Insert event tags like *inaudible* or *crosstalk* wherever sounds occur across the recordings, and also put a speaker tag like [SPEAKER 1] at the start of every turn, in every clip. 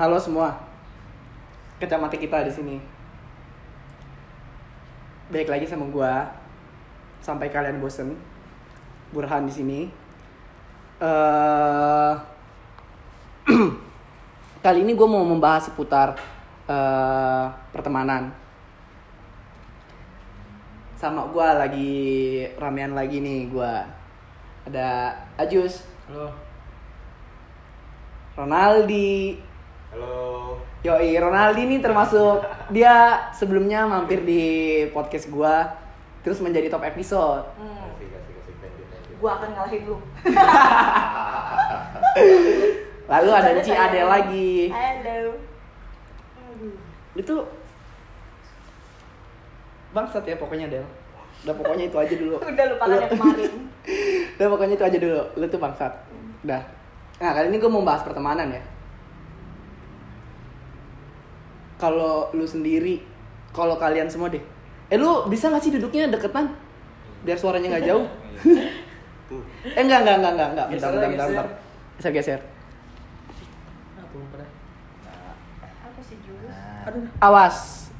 [SPEAKER 1] Halo semua. Kacamata kita di sini. Baik lagi sama gua. Sampai kalian bosen. Burhan di sini. eh *clears throat* Kali ini gue mau membahas seputar eh, pertemanan. Sama gua lagi ramean lagi nih gua. Ada Ajus,
[SPEAKER 2] Halo.
[SPEAKER 1] Ronaldi,
[SPEAKER 2] Halo.
[SPEAKER 1] Yoi, Ronaldi ini termasuk dia sebelumnya mampir di podcast gua terus menjadi top episode.
[SPEAKER 3] Hmm,
[SPEAKER 2] Kasih kasih kasih thank you thank you.
[SPEAKER 3] gua akan ngalahin lu.
[SPEAKER 1] Lalu ada
[SPEAKER 3] Bercanda,
[SPEAKER 1] Ci
[SPEAKER 3] saya. Eh.
[SPEAKER 1] Ade lagi.
[SPEAKER 3] Halo. Aduh.
[SPEAKER 1] Itu bangsat ya pokoknya Del. Udah pokoknya itu aja dulu.
[SPEAKER 3] *laughs* Udah lupakan ya,
[SPEAKER 1] Lu-
[SPEAKER 3] yang kemarin.
[SPEAKER 1] *laughs* Udah pokoknya itu aja dulu. Lu tuh bangsat. Udah. Nah, kali ini gua mau bahas pertemanan ya. Kalau lu sendiri, kalau kalian semua deh. Eh lu bisa gak sih duduknya deketan? Biar suaranya nggak
[SPEAKER 3] *laughs*
[SPEAKER 1] jauh.
[SPEAKER 2] Tuh.
[SPEAKER 1] Eh enggak enggak enggak enggak enggak. Bentar
[SPEAKER 2] Geser,
[SPEAKER 1] bentar bentar.
[SPEAKER 2] geser.
[SPEAKER 1] bentar. Bisa geser.
[SPEAKER 2] Aku pernah.
[SPEAKER 3] *laughs* Aku sih jus.
[SPEAKER 1] *laughs*
[SPEAKER 2] Nah.
[SPEAKER 1] Aduh. Awas.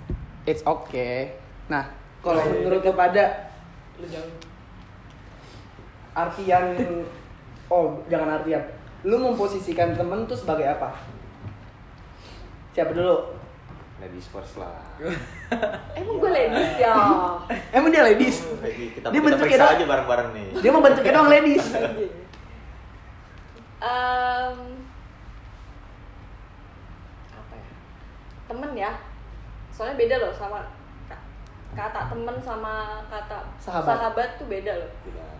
[SPEAKER 1] It's okay. Nah, kalau
[SPEAKER 2] Oke.
[SPEAKER 1] menurut kepada
[SPEAKER 2] Iya. Lu jangan
[SPEAKER 1] artian oh, jangan artian. Lu memposisikan temen tuh sebagai apa? Siapa dulu?
[SPEAKER 2] ladies first
[SPEAKER 1] *laughs*
[SPEAKER 2] lah.
[SPEAKER 3] Emang gue ladies ya.
[SPEAKER 1] Emang dia ladies.
[SPEAKER 2] Lagi kita
[SPEAKER 1] Dia ya,
[SPEAKER 2] kita
[SPEAKER 1] bentuknya
[SPEAKER 2] periksa
[SPEAKER 1] doang.
[SPEAKER 2] aja bareng-bareng nih.
[SPEAKER 1] Dia membentuknya doang ladies.
[SPEAKER 3] *laughs* Em, apa ya? Temen ya. Soalnya beda loh sama ka- kata temen sama kata
[SPEAKER 1] Sahabat.
[SPEAKER 3] tuh beda loh.
[SPEAKER 2] Gila.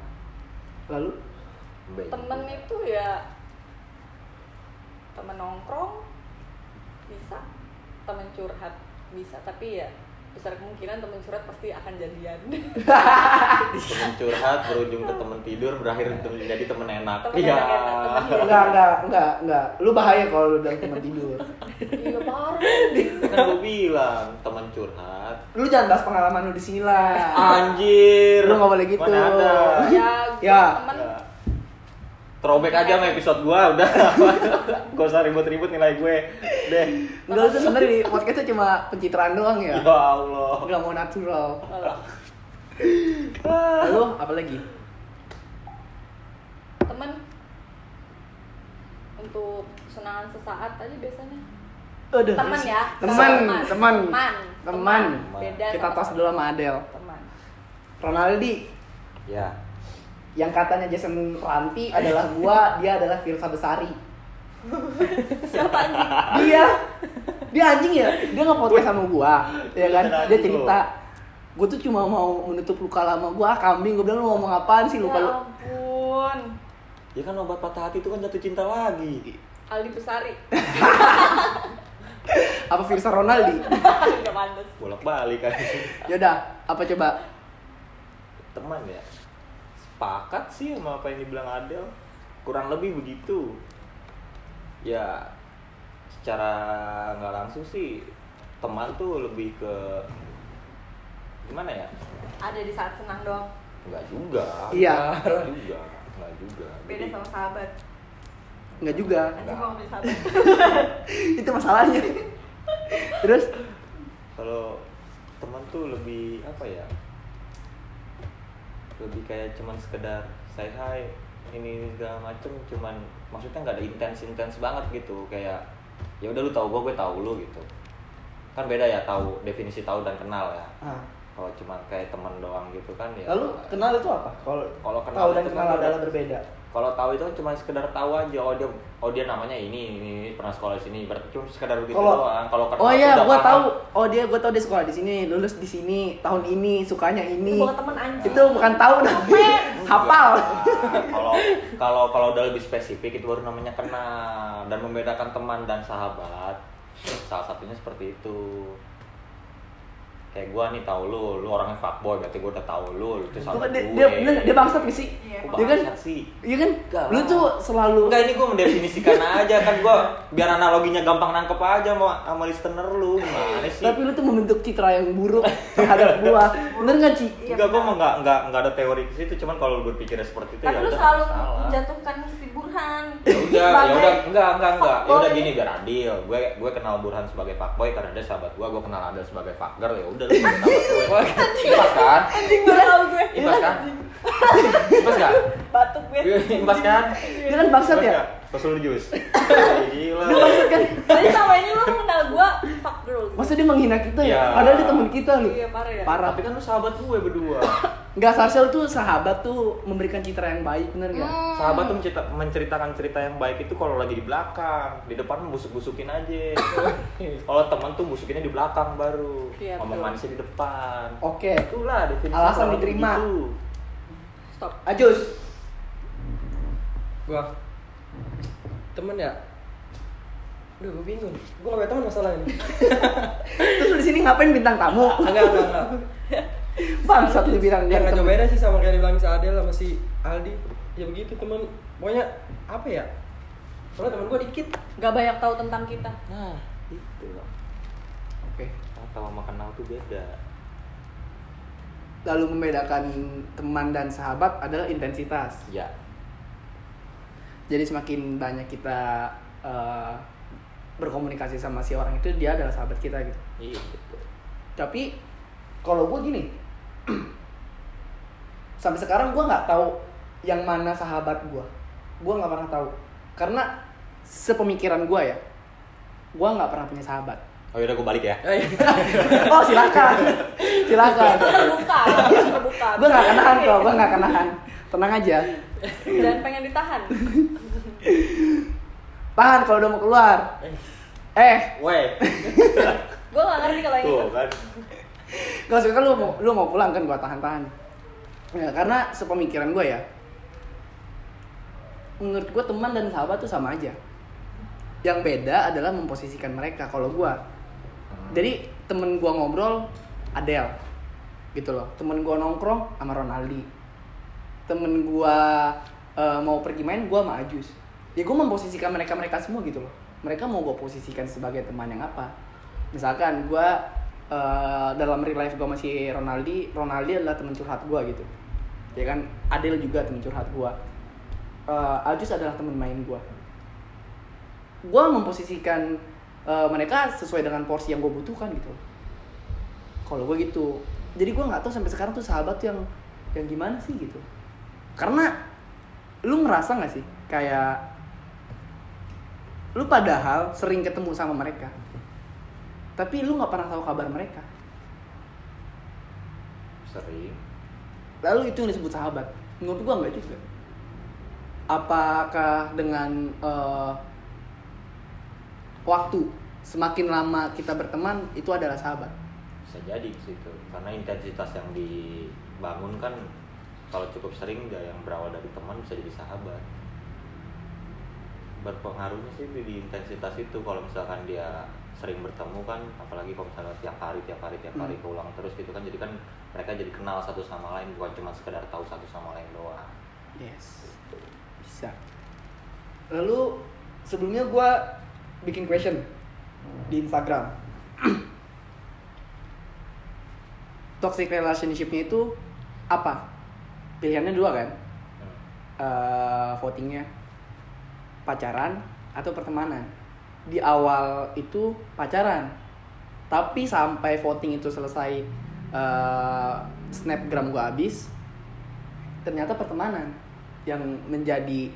[SPEAKER 1] Lalu
[SPEAKER 2] Baik.
[SPEAKER 3] Temen itu ya temen nongkrong bisa, temen curhat bisa, tapi ya besar kemungkinan temen curhat pasti akan jadian.
[SPEAKER 2] Temen curhat berujung ke temen tidur berakhir tem- jadi temen enak. Iya.
[SPEAKER 3] Temen enak, enak, temen enak.
[SPEAKER 1] enggak enggak enggak enggak. Lu bahaya kalau lu dalam teman tidur.
[SPEAKER 3] Iya parah.
[SPEAKER 2] Kan gue bilang temen curhat.
[SPEAKER 1] Lu jangan bahas pengalaman lu di sini
[SPEAKER 2] *laughs*
[SPEAKER 1] lah.
[SPEAKER 2] Anjir.
[SPEAKER 1] Lu nggak boleh gitu.
[SPEAKER 2] Mana ada.
[SPEAKER 3] *laughs* Ya,
[SPEAKER 1] Ya.
[SPEAKER 3] ya. temen
[SPEAKER 2] Ya. Throwback aja sama episode gua udah. *laughs* Gak usah ribut-ribut nilai gue. Deh.
[SPEAKER 1] Enggak itu sebenarnya di podcast tuh cuma pencitraan doang ya.
[SPEAKER 2] Ya Allah.
[SPEAKER 1] Enggak mau *laughs* natural.
[SPEAKER 3] Alah.
[SPEAKER 1] Lalu apa lagi?
[SPEAKER 3] temen untuk kesenangan sesaat aja biasanya.
[SPEAKER 1] Aduh.
[SPEAKER 3] Temen ya.
[SPEAKER 1] Teman, teman,
[SPEAKER 3] teman.
[SPEAKER 1] teman.
[SPEAKER 3] Teman. Beda
[SPEAKER 1] Kita
[SPEAKER 3] sama
[SPEAKER 1] tos dulu sama Adel.
[SPEAKER 3] Teman.
[SPEAKER 1] Ronaldi,
[SPEAKER 2] Ya.
[SPEAKER 1] yang katanya Jason
[SPEAKER 3] *laughs*
[SPEAKER 1] Ranti adalah gua, dia adalah Firsa *laughs* Besari.
[SPEAKER 3] *laughs* Siapa anjing?
[SPEAKER 1] Dia, Iya. dia anjing ya, dia nggak podcast sama gua, ya kan? Dia cerita, gua tuh cuma mau menutup luka lama gua, ah, kambing. Gua bilang lu ngomong apaan sih luka
[SPEAKER 3] Ya
[SPEAKER 1] lu?
[SPEAKER 3] ampun.
[SPEAKER 2] Ya kan obat patah hati itu kan jatuh cinta lagi.
[SPEAKER 3] Aldi Besari. *laughs*
[SPEAKER 1] Apa Firsa
[SPEAKER 3] *laughs*
[SPEAKER 1] Ronaldi?
[SPEAKER 3] Enggak pantas.
[SPEAKER 2] Bolak-balik kan.
[SPEAKER 1] Yaudah, apa coba?
[SPEAKER 2] Teman ya. Sepakat sih sama apa yang dibilang Adel. Kurang lebih begitu. Ya secara nggak langsung sih teman tuh lebih ke gimana ya?
[SPEAKER 3] Ada di saat senang doang.
[SPEAKER 2] Enggak juga.
[SPEAKER 1] Iya.
[SPEAKER 2] Nggak juga. Enggak juga.
[SPEAKER 3] Beda
[SPEAKER 2] Jadi-
[SPEAKER 3] sama sahabat.
[SPEAKER 1] Nggak juga, *laughs*
[SPEAKER 3] Anjing gua nggak punya sahabat.
[SPEAKER 1] itu masalahnya.
[SPEAKER 3] *laughs*
[SPEAKER 1] Terus,
[SPEAKER 2] kalau teman tuh lebih apa ya lebih kayak cuman sekedar say hi ini segala macem cuman maksudnya nggak ada intens intens banget gitu kayak ya udah lu tahu gua gue tahu lu gitu kan beda ya tahu definisi tahu dan kenal ya
[SPEAKER 1] ah,
[SPEAKER 2] kalau cuman kayak teman doang gitu kan ya
[SPEAKER 1] lalu kenal itu apa? Kalau
[SPEAKER 2] Kalau kenal
[SPEAKER 1] tahu dan
[SPEAKER 2] itu
[SPEAKER 1] kenal
[SPEAKER 2] kan
[SPEAKER 1] adalah
[SPEAKER 2] udah-
[SPEAKER 1] berbeda.
[SPEAKER 2] kalau tahu itu kan cuma sekedar tahu aja oh dia oh dia namanya ini ini, ini pernah sekolah di sini berarti cuma sekedar begitu
[SPEAKER 1] Kalau-
[SPEAKER 2] doang kalau kenal
[SPEAKER 1] Oh
[SPEAKER 2] tuh
[SPEAKER 1] iya,
[SPEAKER 2] udah
[SPEAKER 1] gua
[SPEAKER 2] paham.
[SPEAKER 1] tahu. Oh dia, gua tahu dia sekolah di sini, lulus di sini, tahun ini, sukanya
[SPEAKER 3] Itu
[SPEAKER 1] ini.
[SPEAKER 3] bukan teman anjing.
[SPEAKER 1] Itu bukan tahu tapi hafal.
[SPEAKER 2] Nah, kalau kalau kalau udah lebih spesifik itu baru namanya kenal dan membedakan teman dan sahabat salah satunya seperti itu kayak gua nih tahu lu lu orangnya fuckboy berarti gua udah tahu lu lu tuh
[SPEAKER 1] Gua- kan
[SPEAKER 2] sahabat
[SPEAKER 1] Dia,
[SPEAKER 2] gue
[SPEAKER 1] dia, dia, dia bangsat gak sih?
[SPEAKER 3] Iya.
[SPEAKER 2] Kok
[SPEAKER 1] Dia kan,
[SPEAKER 2] bangsat sih
[SPEAKER 1] iya kan?
[SPEAKER 2] Enggak
[SPEAKER 1] Lu
[SPEAKER 2] lah.
[SPEAKER 1] tuh selalu
[SPEAKER 2] Enggak ini gua mendefinisikan aja kan gua biar analoginya gampang nangkep aja sama, sama listener lu gimana sih
[SPEAKER 1] tapi lu tuh membentuk citra yang buruk terhadap gua. Bener gak, Ci?
[SPEAKER 3] Iya,
[SPEAKER 2] Enggak, gua
[SPEAKER 3] benar.
[SPEAKER 2] mau enggak enggak enggak ada teori ke situ cuman kalau lu berpikirnya seperti itu
[SPEAKER 3] Tapi
[SPEAKER 2] ya
[SPEAKER 3] lu
[SPEAKER 2] udah
[SPEAKER 3] selalu
[SPEAKER 2] nggak masalah.
[SPEAKER 3] menjatuhkan si Burhan.
[SPEAKER 2] ya udah ya udah
[SPEAKER 3] Sebagai
[SPEAKER 2] enggak enggak enggak ya udah
[SPEAKER 3] fuckboy.
[SPEAKER 2] gini biar adil gue gue kenal Burhan sebagai fuckboy karena dia sahabat gue gue kenal Adel sebagai fucker ya udah lu jadi sahabat gue impas kan
[SPEAKER 3] Anjing baru tahu gue.
[SPEAKER 2] impas kan impas kan
[SPEAKER 3] Batuk gue.
[SPEAKER 2] impas kan
[SPEAKER 1] Dia kan bangsat
[SPEAKER 2] Impas
[SPEAKER 1] ya? kan?
[SPEAKER 2] nggak? pas lu jus gila
[SPEAKER 3] Jadi sama ini lu kenal gue fuck girl.
[SPEAKER 1] Masa dia menghina kita ya?
[SPEAKER 2] Iya.
[SPEAKER 1] Padahal dia teman kita nih.
[SPEAKER 3] Iya, parah ya.
[SPEAKER 1] Parah.
[SPEAKER 2] tapi kan lu sahabat gue berdua
[SPEAKER 1] Enggak seharusnya lu tuh sahabat tuh memberikan citra yang baik, bener gak?
[SPEAKER 2] sahabat tuh mencerita- menceritakan cerita yang baik itu kalau lagi di belakang di depan busuk busukin aja kalau teman tuh busukinnya di belakang baru
[SPEAKER 3] Iya,
[SPEAKER 2] ngomong
[SPEAKER 3] betul.
[SPEAKER 2] manisnya di depan
[SPEAKER 1] Oke.
[SPEAKER 2] itulah definisi
[SPEAKER 1] Alasan
[SPEAKER 2] sahabat
[SPEAKER 1] diterima.
[SPEAKER 2] begitu.
[SPEAKER 3] Stop.
[SPEAKER 1] Ajus.
[SPEAKER 4] Gua temen ya. Duh, gue bingung. Gue gak punya temen masalahnya.
[SPEAKER 1] Terus lu di sini ngapain bintang tamu?
[SPEAKER 4] Enggak, enggak, enggak.
[SPEAKER 1] Bangsat lu bilang
[SPEAKER 4] Ya
[SPEAKER 1] dia
[SPEAKER 4] nggak
[SPEAKER 1] temen.
[SPEAKER 4] jauh beda sih sama kayak dibilang si Adel sama si Aldi. Ya begitu temen. Pokoknya apa ya? Soalnya temen gue dikit.
[SPEAKER 3] Gak banyak tahu tentang kita.
[SPEAKER 2] nah itu loh
[SPEAKER 1] Oke.
[SPEAKER 2] atau sama kenal tuh beda
[SPEAKER 1] Lalu membedakan teman dan sahabat adalah intensitas.
[SPEAKER 2] ya
[SPEAKER 1] Jadi semakin banyak kita eh, berkomunikasi sama si orang itu dia adalah sahabat kita gitu.
[SPEAKER 2] iya gitu
[SPEAKER 1] Tapi kalau gue gini, *clears throat* sampai sekarang gue nggak tahu yang mana sahabat gue. Gue nggak pernah tahu karena sepemikiran gue ya, gue nggak pernah punya sahabat.
[SPEAKER 2] oh yaudah gue balik ya
[SPEAKER 1] Oh silakan, *laughs* silakan.
[SPEAKER 3] Terbuka, terbuka.
[SPEAKER 1] Gue nggak kenahan kok, gue nggak kenahan. Tenang aja.
[SPEAKER 3] Dan pengen ditahan.
[SPEAKER 1] Tahan kalau udah mau keluar. Eh,
[SPEAKER 2] weh
[SPEAKER 3] Gue gak ngerti kalau yang itu.
[SPEAKER 2] *laughs* tuh kan
[SPEAKER 1] gak suka kan lu mau lu mau pulang kan gue tahan-tahan. Ya, karena sepemikiran gue ya. Menurut gue teman dan sahabat tuh sama aja. Yang beda adalah memposisikan mereka kalau gue. Jadi temen gue ngobrol Adele gitu loh. Temen gue nongkrong sama Ronaldi. Temen gue eh, mau pergi main gue sama Ajus. Ya gue memposisikan mereka mereka semua gitu loh. Mereka mau gue posisikan sebagai teman yang apa? Misalkan gue eh, dalam real life gue masih Ronaldi, Ronaldi adalah temen curhat gue gitu. Ya kan Adele juga temen curhat gue. Eh, Ajus adalah temen main gue gue memposisikan eh, mereka sesuai dengan porsi yang gue butuhkan gitu kalau gue gitu jadi gue nggak tahu sampai sekarang tuh sahabat tuh yang yang gimana sih gitu karena lu ngerasa nggak sih kayak lu padahal sering ketemu sama mereka tapi lu nggak pernah tahu kabar mereka
[SPEAKER 2] sering
[SPEAKER 1] lalu itu yang disebut sahabat menurut gua nggak juga apakah dengan eh, waktu semakin lama kita berteman itu adalah sahabat
[SPEAKER 2] bisa jadi ke situ karena intensitas yang dibangun kan kalau cukup sering gak yang berawal dari teman bisa jadi sahabat berpengaruhnya sih di, di intensitas itu kalau misalkan dia sering bertemu kan apalagi kalau misalnya tiap hari tiap hari tiap hari
[SPEAKER 1] Hmm.
[SPEAKER 2] keulang terus gitu kan jadi kan mereka jadi kenal satu sama lain bukan cuma sekedar tahu satu sama lain doang
[SPEAKER 1] yes bisa lalu sebelumnya gua bikin question di Instagram *clears throat* toxic relationship-nya itu apa pilihannya dua kan
[SPEAKER 2] Hmm.
[SPEAKER 1] eh, votingnya pacaran atau pertemanan di awal itu pacaran tapi sampai voting itu selesai eh, snapgram gua habis ternyata pertemanan yang menjadi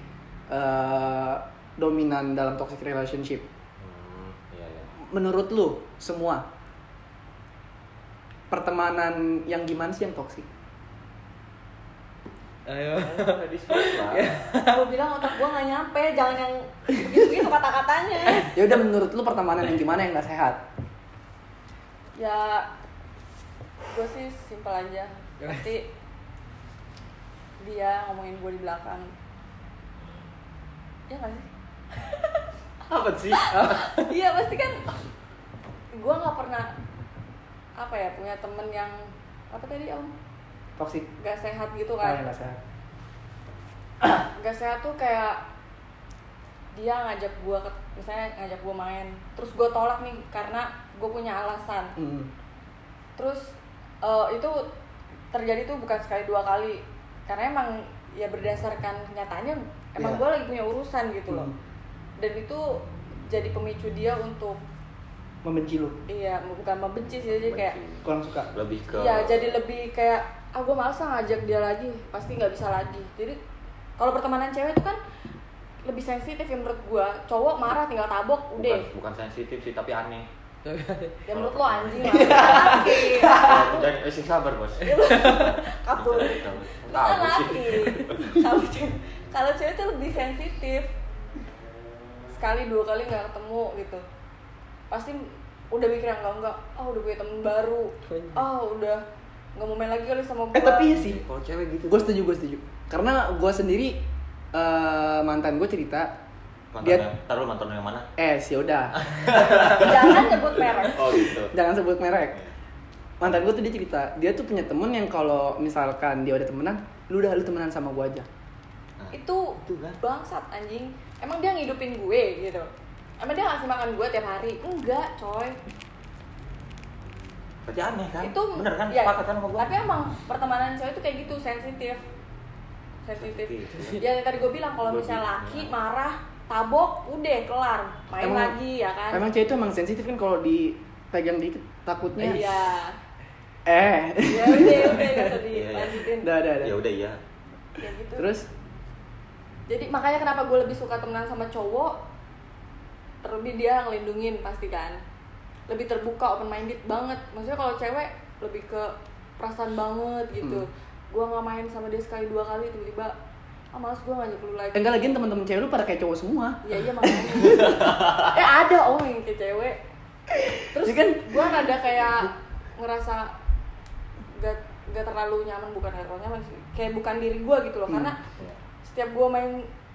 [SPEAKER 1] eh, dominan dalam toxic relationship
[SPEAKER 2] Hmm, iya ya
[SPEAKER 1] menurut lu semua pertemanan yang gimana sih yang toxic
[SPEAKER 4] Ayo.
[SPEAKER 2] Iya.
[SPEAKER 3] Gue bilang otak gue gak nyampe. Jangan yang begitu-begitu kata-katanya.
[SPEAKER 1] ya udah menurut lu pertemanan yang gimana yang gak sehat
[SPEAKER 3] Ya, gue sih simpel aja. Pasti dia ngomongin gue di belakang. Ya gak sih? *laughs*
[SPEAKER 2] apa sih
[SPEAKER 3] Iya pasti kan gue nggak pernah apa ya punya temen yang apa tadi om
[SPEAKER 1] toxic
[SPEAKER 3] nggak sehat gitu
[SPEAKER 1] Nah, yang
[SPEAKER 3] kan
[SPEAKER 1] gak sehat
[SPEAKER 3] nggak sehat tuh kayak dia ngajak gue ke misalnya ngajak gue main terus gue tolak nih karena gue punya alasan
[SPEAKER 1] Mm.
[SPEAKER 3] terus eh, itu terjadi tuh bukan sekali dua kali karena emang ya berdasarkan kenyataannya emang
[SPEAKER 1] Iya.
[SPEAKER 3] gue lagi punya urusan gitu loh
[SPEAKER 4] Hmm.
[SPEAKER 3] dan itu jadi pemicu dia untuk
[SPEAKER 1] membenci lu
[SPEAKER 3] iya bukan membenci sih jadi kayak
[SPEAKER 2] Benci.
[SPEAKER 1] kurang suka
[SPEAKER 2] lebih ke
[SPEAKER 3] Iya, jadi lebih kayak ah gue males ah ngajak dia lagi, pasti nggak bisa lagi. Jadi kalau pertemanan cewek itu kan lebih sensitif ya menurut gue. Cowok marah tinggal tabok,
[SPEAKER 2] bukan
[SPEAKER 3] udah.
[SPEAKER 2] bukan sensitif sih tapi aneh
[SPEAKER 3] Ya menurut lo anjing Iya. lah. Laki.
[SPEAKER 2] jadi eh, sih sabar bos
[SPEAKER 3] *laughs* Kabur. Lu kan
[SPEAKER 2] Tahu sih.
[SPEAKER 3] laki. Kalau cewek- Kalau cewek itu lebih sensitif. Sekali dua kali nggak ketemu gitu. Pasti udah mikir yang enggak enggak. Ah udah punya temen baru. Ah udah nggak mau main lagi kali sama gue.
[SPEAKER 1] eh tapi iya sih
[SPEAKER 2] kalau cewek gitu
[SPEAKER 1] gue setuju gue setuju karena gue sendiri eh, mantan gue cerita
[SPEAKER 2] mantan
[SPEAKER 1] dia
[SPEAKER 2] yang taruh mantan yang mana
[SPEAKER 1] eh sih udah
[SPEAKER 3] jangan nyebut merek.
[SPEAKER 2] oh gitu
[SPEAKER 1] jangan sebut merek mantan gue tuh dia cerita dia tuh punya temen yang kalau misalkan dia udah temenan lu udah lu temenan sama gue aja
[SPEAKER 2] Nah,
[SPEAKER 3] itu
[SPEAKER 2] Itu kan.
[SPEAKER 3] bangsat anjing emang dia ngidupin gue gitu emang dia ngasih makan gue tiap hari enggak coy
[SPEAKER 2] berarti aneh kan
[SPEAKER 3] itu
[SPEAKER 2] bener kan
[SPEAKER 3] ya,
[SPEAKER 2] sepakat kan sama gue
[SPEAKER 3] tapi emang pertemanan cewek itu kayak gitu sensitif sensitif
[SPEAKER 2] Sensitif.
[SPEAKER 3] ya yang tadi gue bilang kalau
[SPEAKER 2] Gua
[SPEAKER 3] misalnya
[SPEAKER 2] bilang. ya.
[SPEAKER 3] laki marah tabok udah kelar main
[SPEAKER 1] Emang-
[SPEAKER 3] lagi ya kan
[SPEAKER 1] emang cewek itu emang sensitif kan kalau dipegang dikit takutnya *laughs*
[SPEAKER 3] iya
[SPEAKER 1] eh *laughs*
[SPEAKER 3] ya udah udah gak usah
[SPEAKER 2] Iya, iya.
[SPEAKER 3] dilanjutin
[SPEAKER 1] udah udah udah
[SPEAKER 2] ya udah iya
[SPEAKER 3] Ya gitu
[SPEAKER 1] terus
[SPEAKER 3] jadi makanya kenapa gue lebih suka temenan sama cowok terlebih dia yang ngelindungin pasti kan lebih terbuka open minded banget maksudnya kalau cewek lebih ke perasaan banget gitu
[SPEAKER 1] Hmm.
[SPEAKER 3] gue nggak main sama dia sekali dua kali tiba-tiba ah males gue ngajak lu lagi
[SPEAKER 1] eh, enggak lagian teman-teman cewek lu pada kayak cowok semua
[SPEAKER 3] ya iya makanya eh ada oh yang kayak cewek terus
[SPEAKER 1] Ya kan?
[SPEAKER 3] gue rada kayak ngerasa gak, gak terlalu nyaman bukan gak terlalu nyaman sih. kayak bukan diri gue gitu loh
[SPEAKER 1] Hmm.
[SPEAKER 3] karena setiap gue main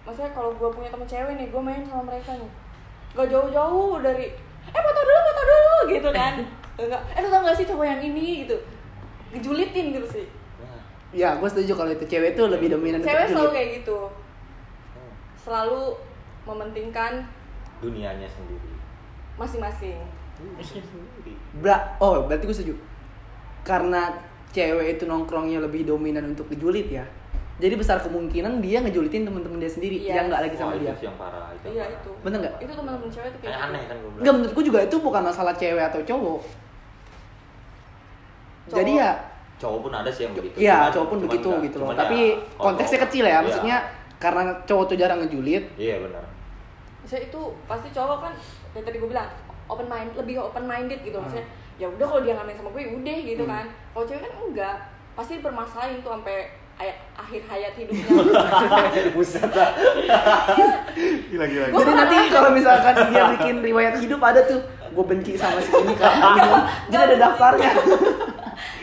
[SPEAKER 3] maksudnya kalau gue punya temen cewek nih gue main sama mereka nih gak jauh-jauh dari eh foto dulu foto dulu gitu kan enggak eh lu tau gak sih cowok yang ini gitu gejulitin gitu sih
[SPEAKER 2] Nah,
[SPEAKER 1] ya gue setuju kalau itu cewek tuh lebih dominan
[SPEAKER 3] cewek
[SPEAKER 1] gitu.
[SPEAKER 3] selalu kayak gitu
[SPEAKER 2] hmm.
[SPEAKER 3] selalu mementingkan
[SPEAKER 2] dunianya sendiri
[SPEAKER 3] masing-masing
[SPEAKER 2] Dunianya sendiri
[SPEAKER 1] Bra- oh berarti gue setuju karena cewek itu nongkrongnya lebih dominan untuk dijulit ya jadi besar kemungkinan dia ngejulitin teman-teman dia sendiri
[SPEAKER 3] Iya.
[SPEAKER 1] yang nggak lagi sama
[SPEAKER 2] Wah,
[SPEAKER 1] dia
[SPEAKER 2] itu Oh, sih yang parah itu yang
[SPEAKER 3] iya
[SPEAKER 2] parah.
[SPEAKER 3] itu
[SPEAKER 1] Bener nggak?
[SPEAKER 3] itu teman-teman cewek tuh kayak
[SPEAKER 2] Kayak aneh
[SPEAKER 3] gitu.
[SPEAKER 2] kan gue
[SPEAKER 1] Enggak menurut gue juga itu bukan masalah cewek atau cowok.
[SPEAKER 3] Cowok.
[SPEAKER 1] Jadi ya,
[SPEAKER 2] cowok pun ada sih yang begitu
[SPEAKER 1] iya
[SPEAKER 2] Cuman-
[SPEAKER 1] cowok pun
[SPEAKER 2] cuman
[SPEAKER 1] begitu
[SPEAKER 2] ya-
[SPEAKER 1] gitu loh.
[SPEAKER 2] cuman
[SPEAKER 1] Tapi
[SPEAKER 2] ya, kalau
[SPEAKER 1] konteksnya
[SPEAKER 2] cowok-
[SPEAKER 1] kecil ya,
[SPEAKER 2] iya.
[SPEAKER 1] maksudnya karena cowok tuh jarang ngejulit.
[SPEAKER 2] iya benar
[SPEAKER 3] Maksudnya itu pasti cowok kan yang tadi gue bilang open mind lebih open minded gitu maksudnya
[SPEAKER 1] Hmm.
[SPEAKER 3] ya udah kalau dia nggak main sama gue udah gitu kan kalau cewek kan enggak pasti bermasalahin tuh sampai ay- akhir hayat
[SPEAKER 1] *laughs*
[SPEAKER 3] hidupnya
[SPEAKER 2] buset lah gila gila
[SPEAKER 3] Gua
[SPEAKER 1] Jadi
[SPEAKER 3] pernah
[SPEAKER 1] nanti kalau misalkan dia bikin riwayat hidup ada tuh, gue benci sama si ini karena ini. Jadi ada daftarnya.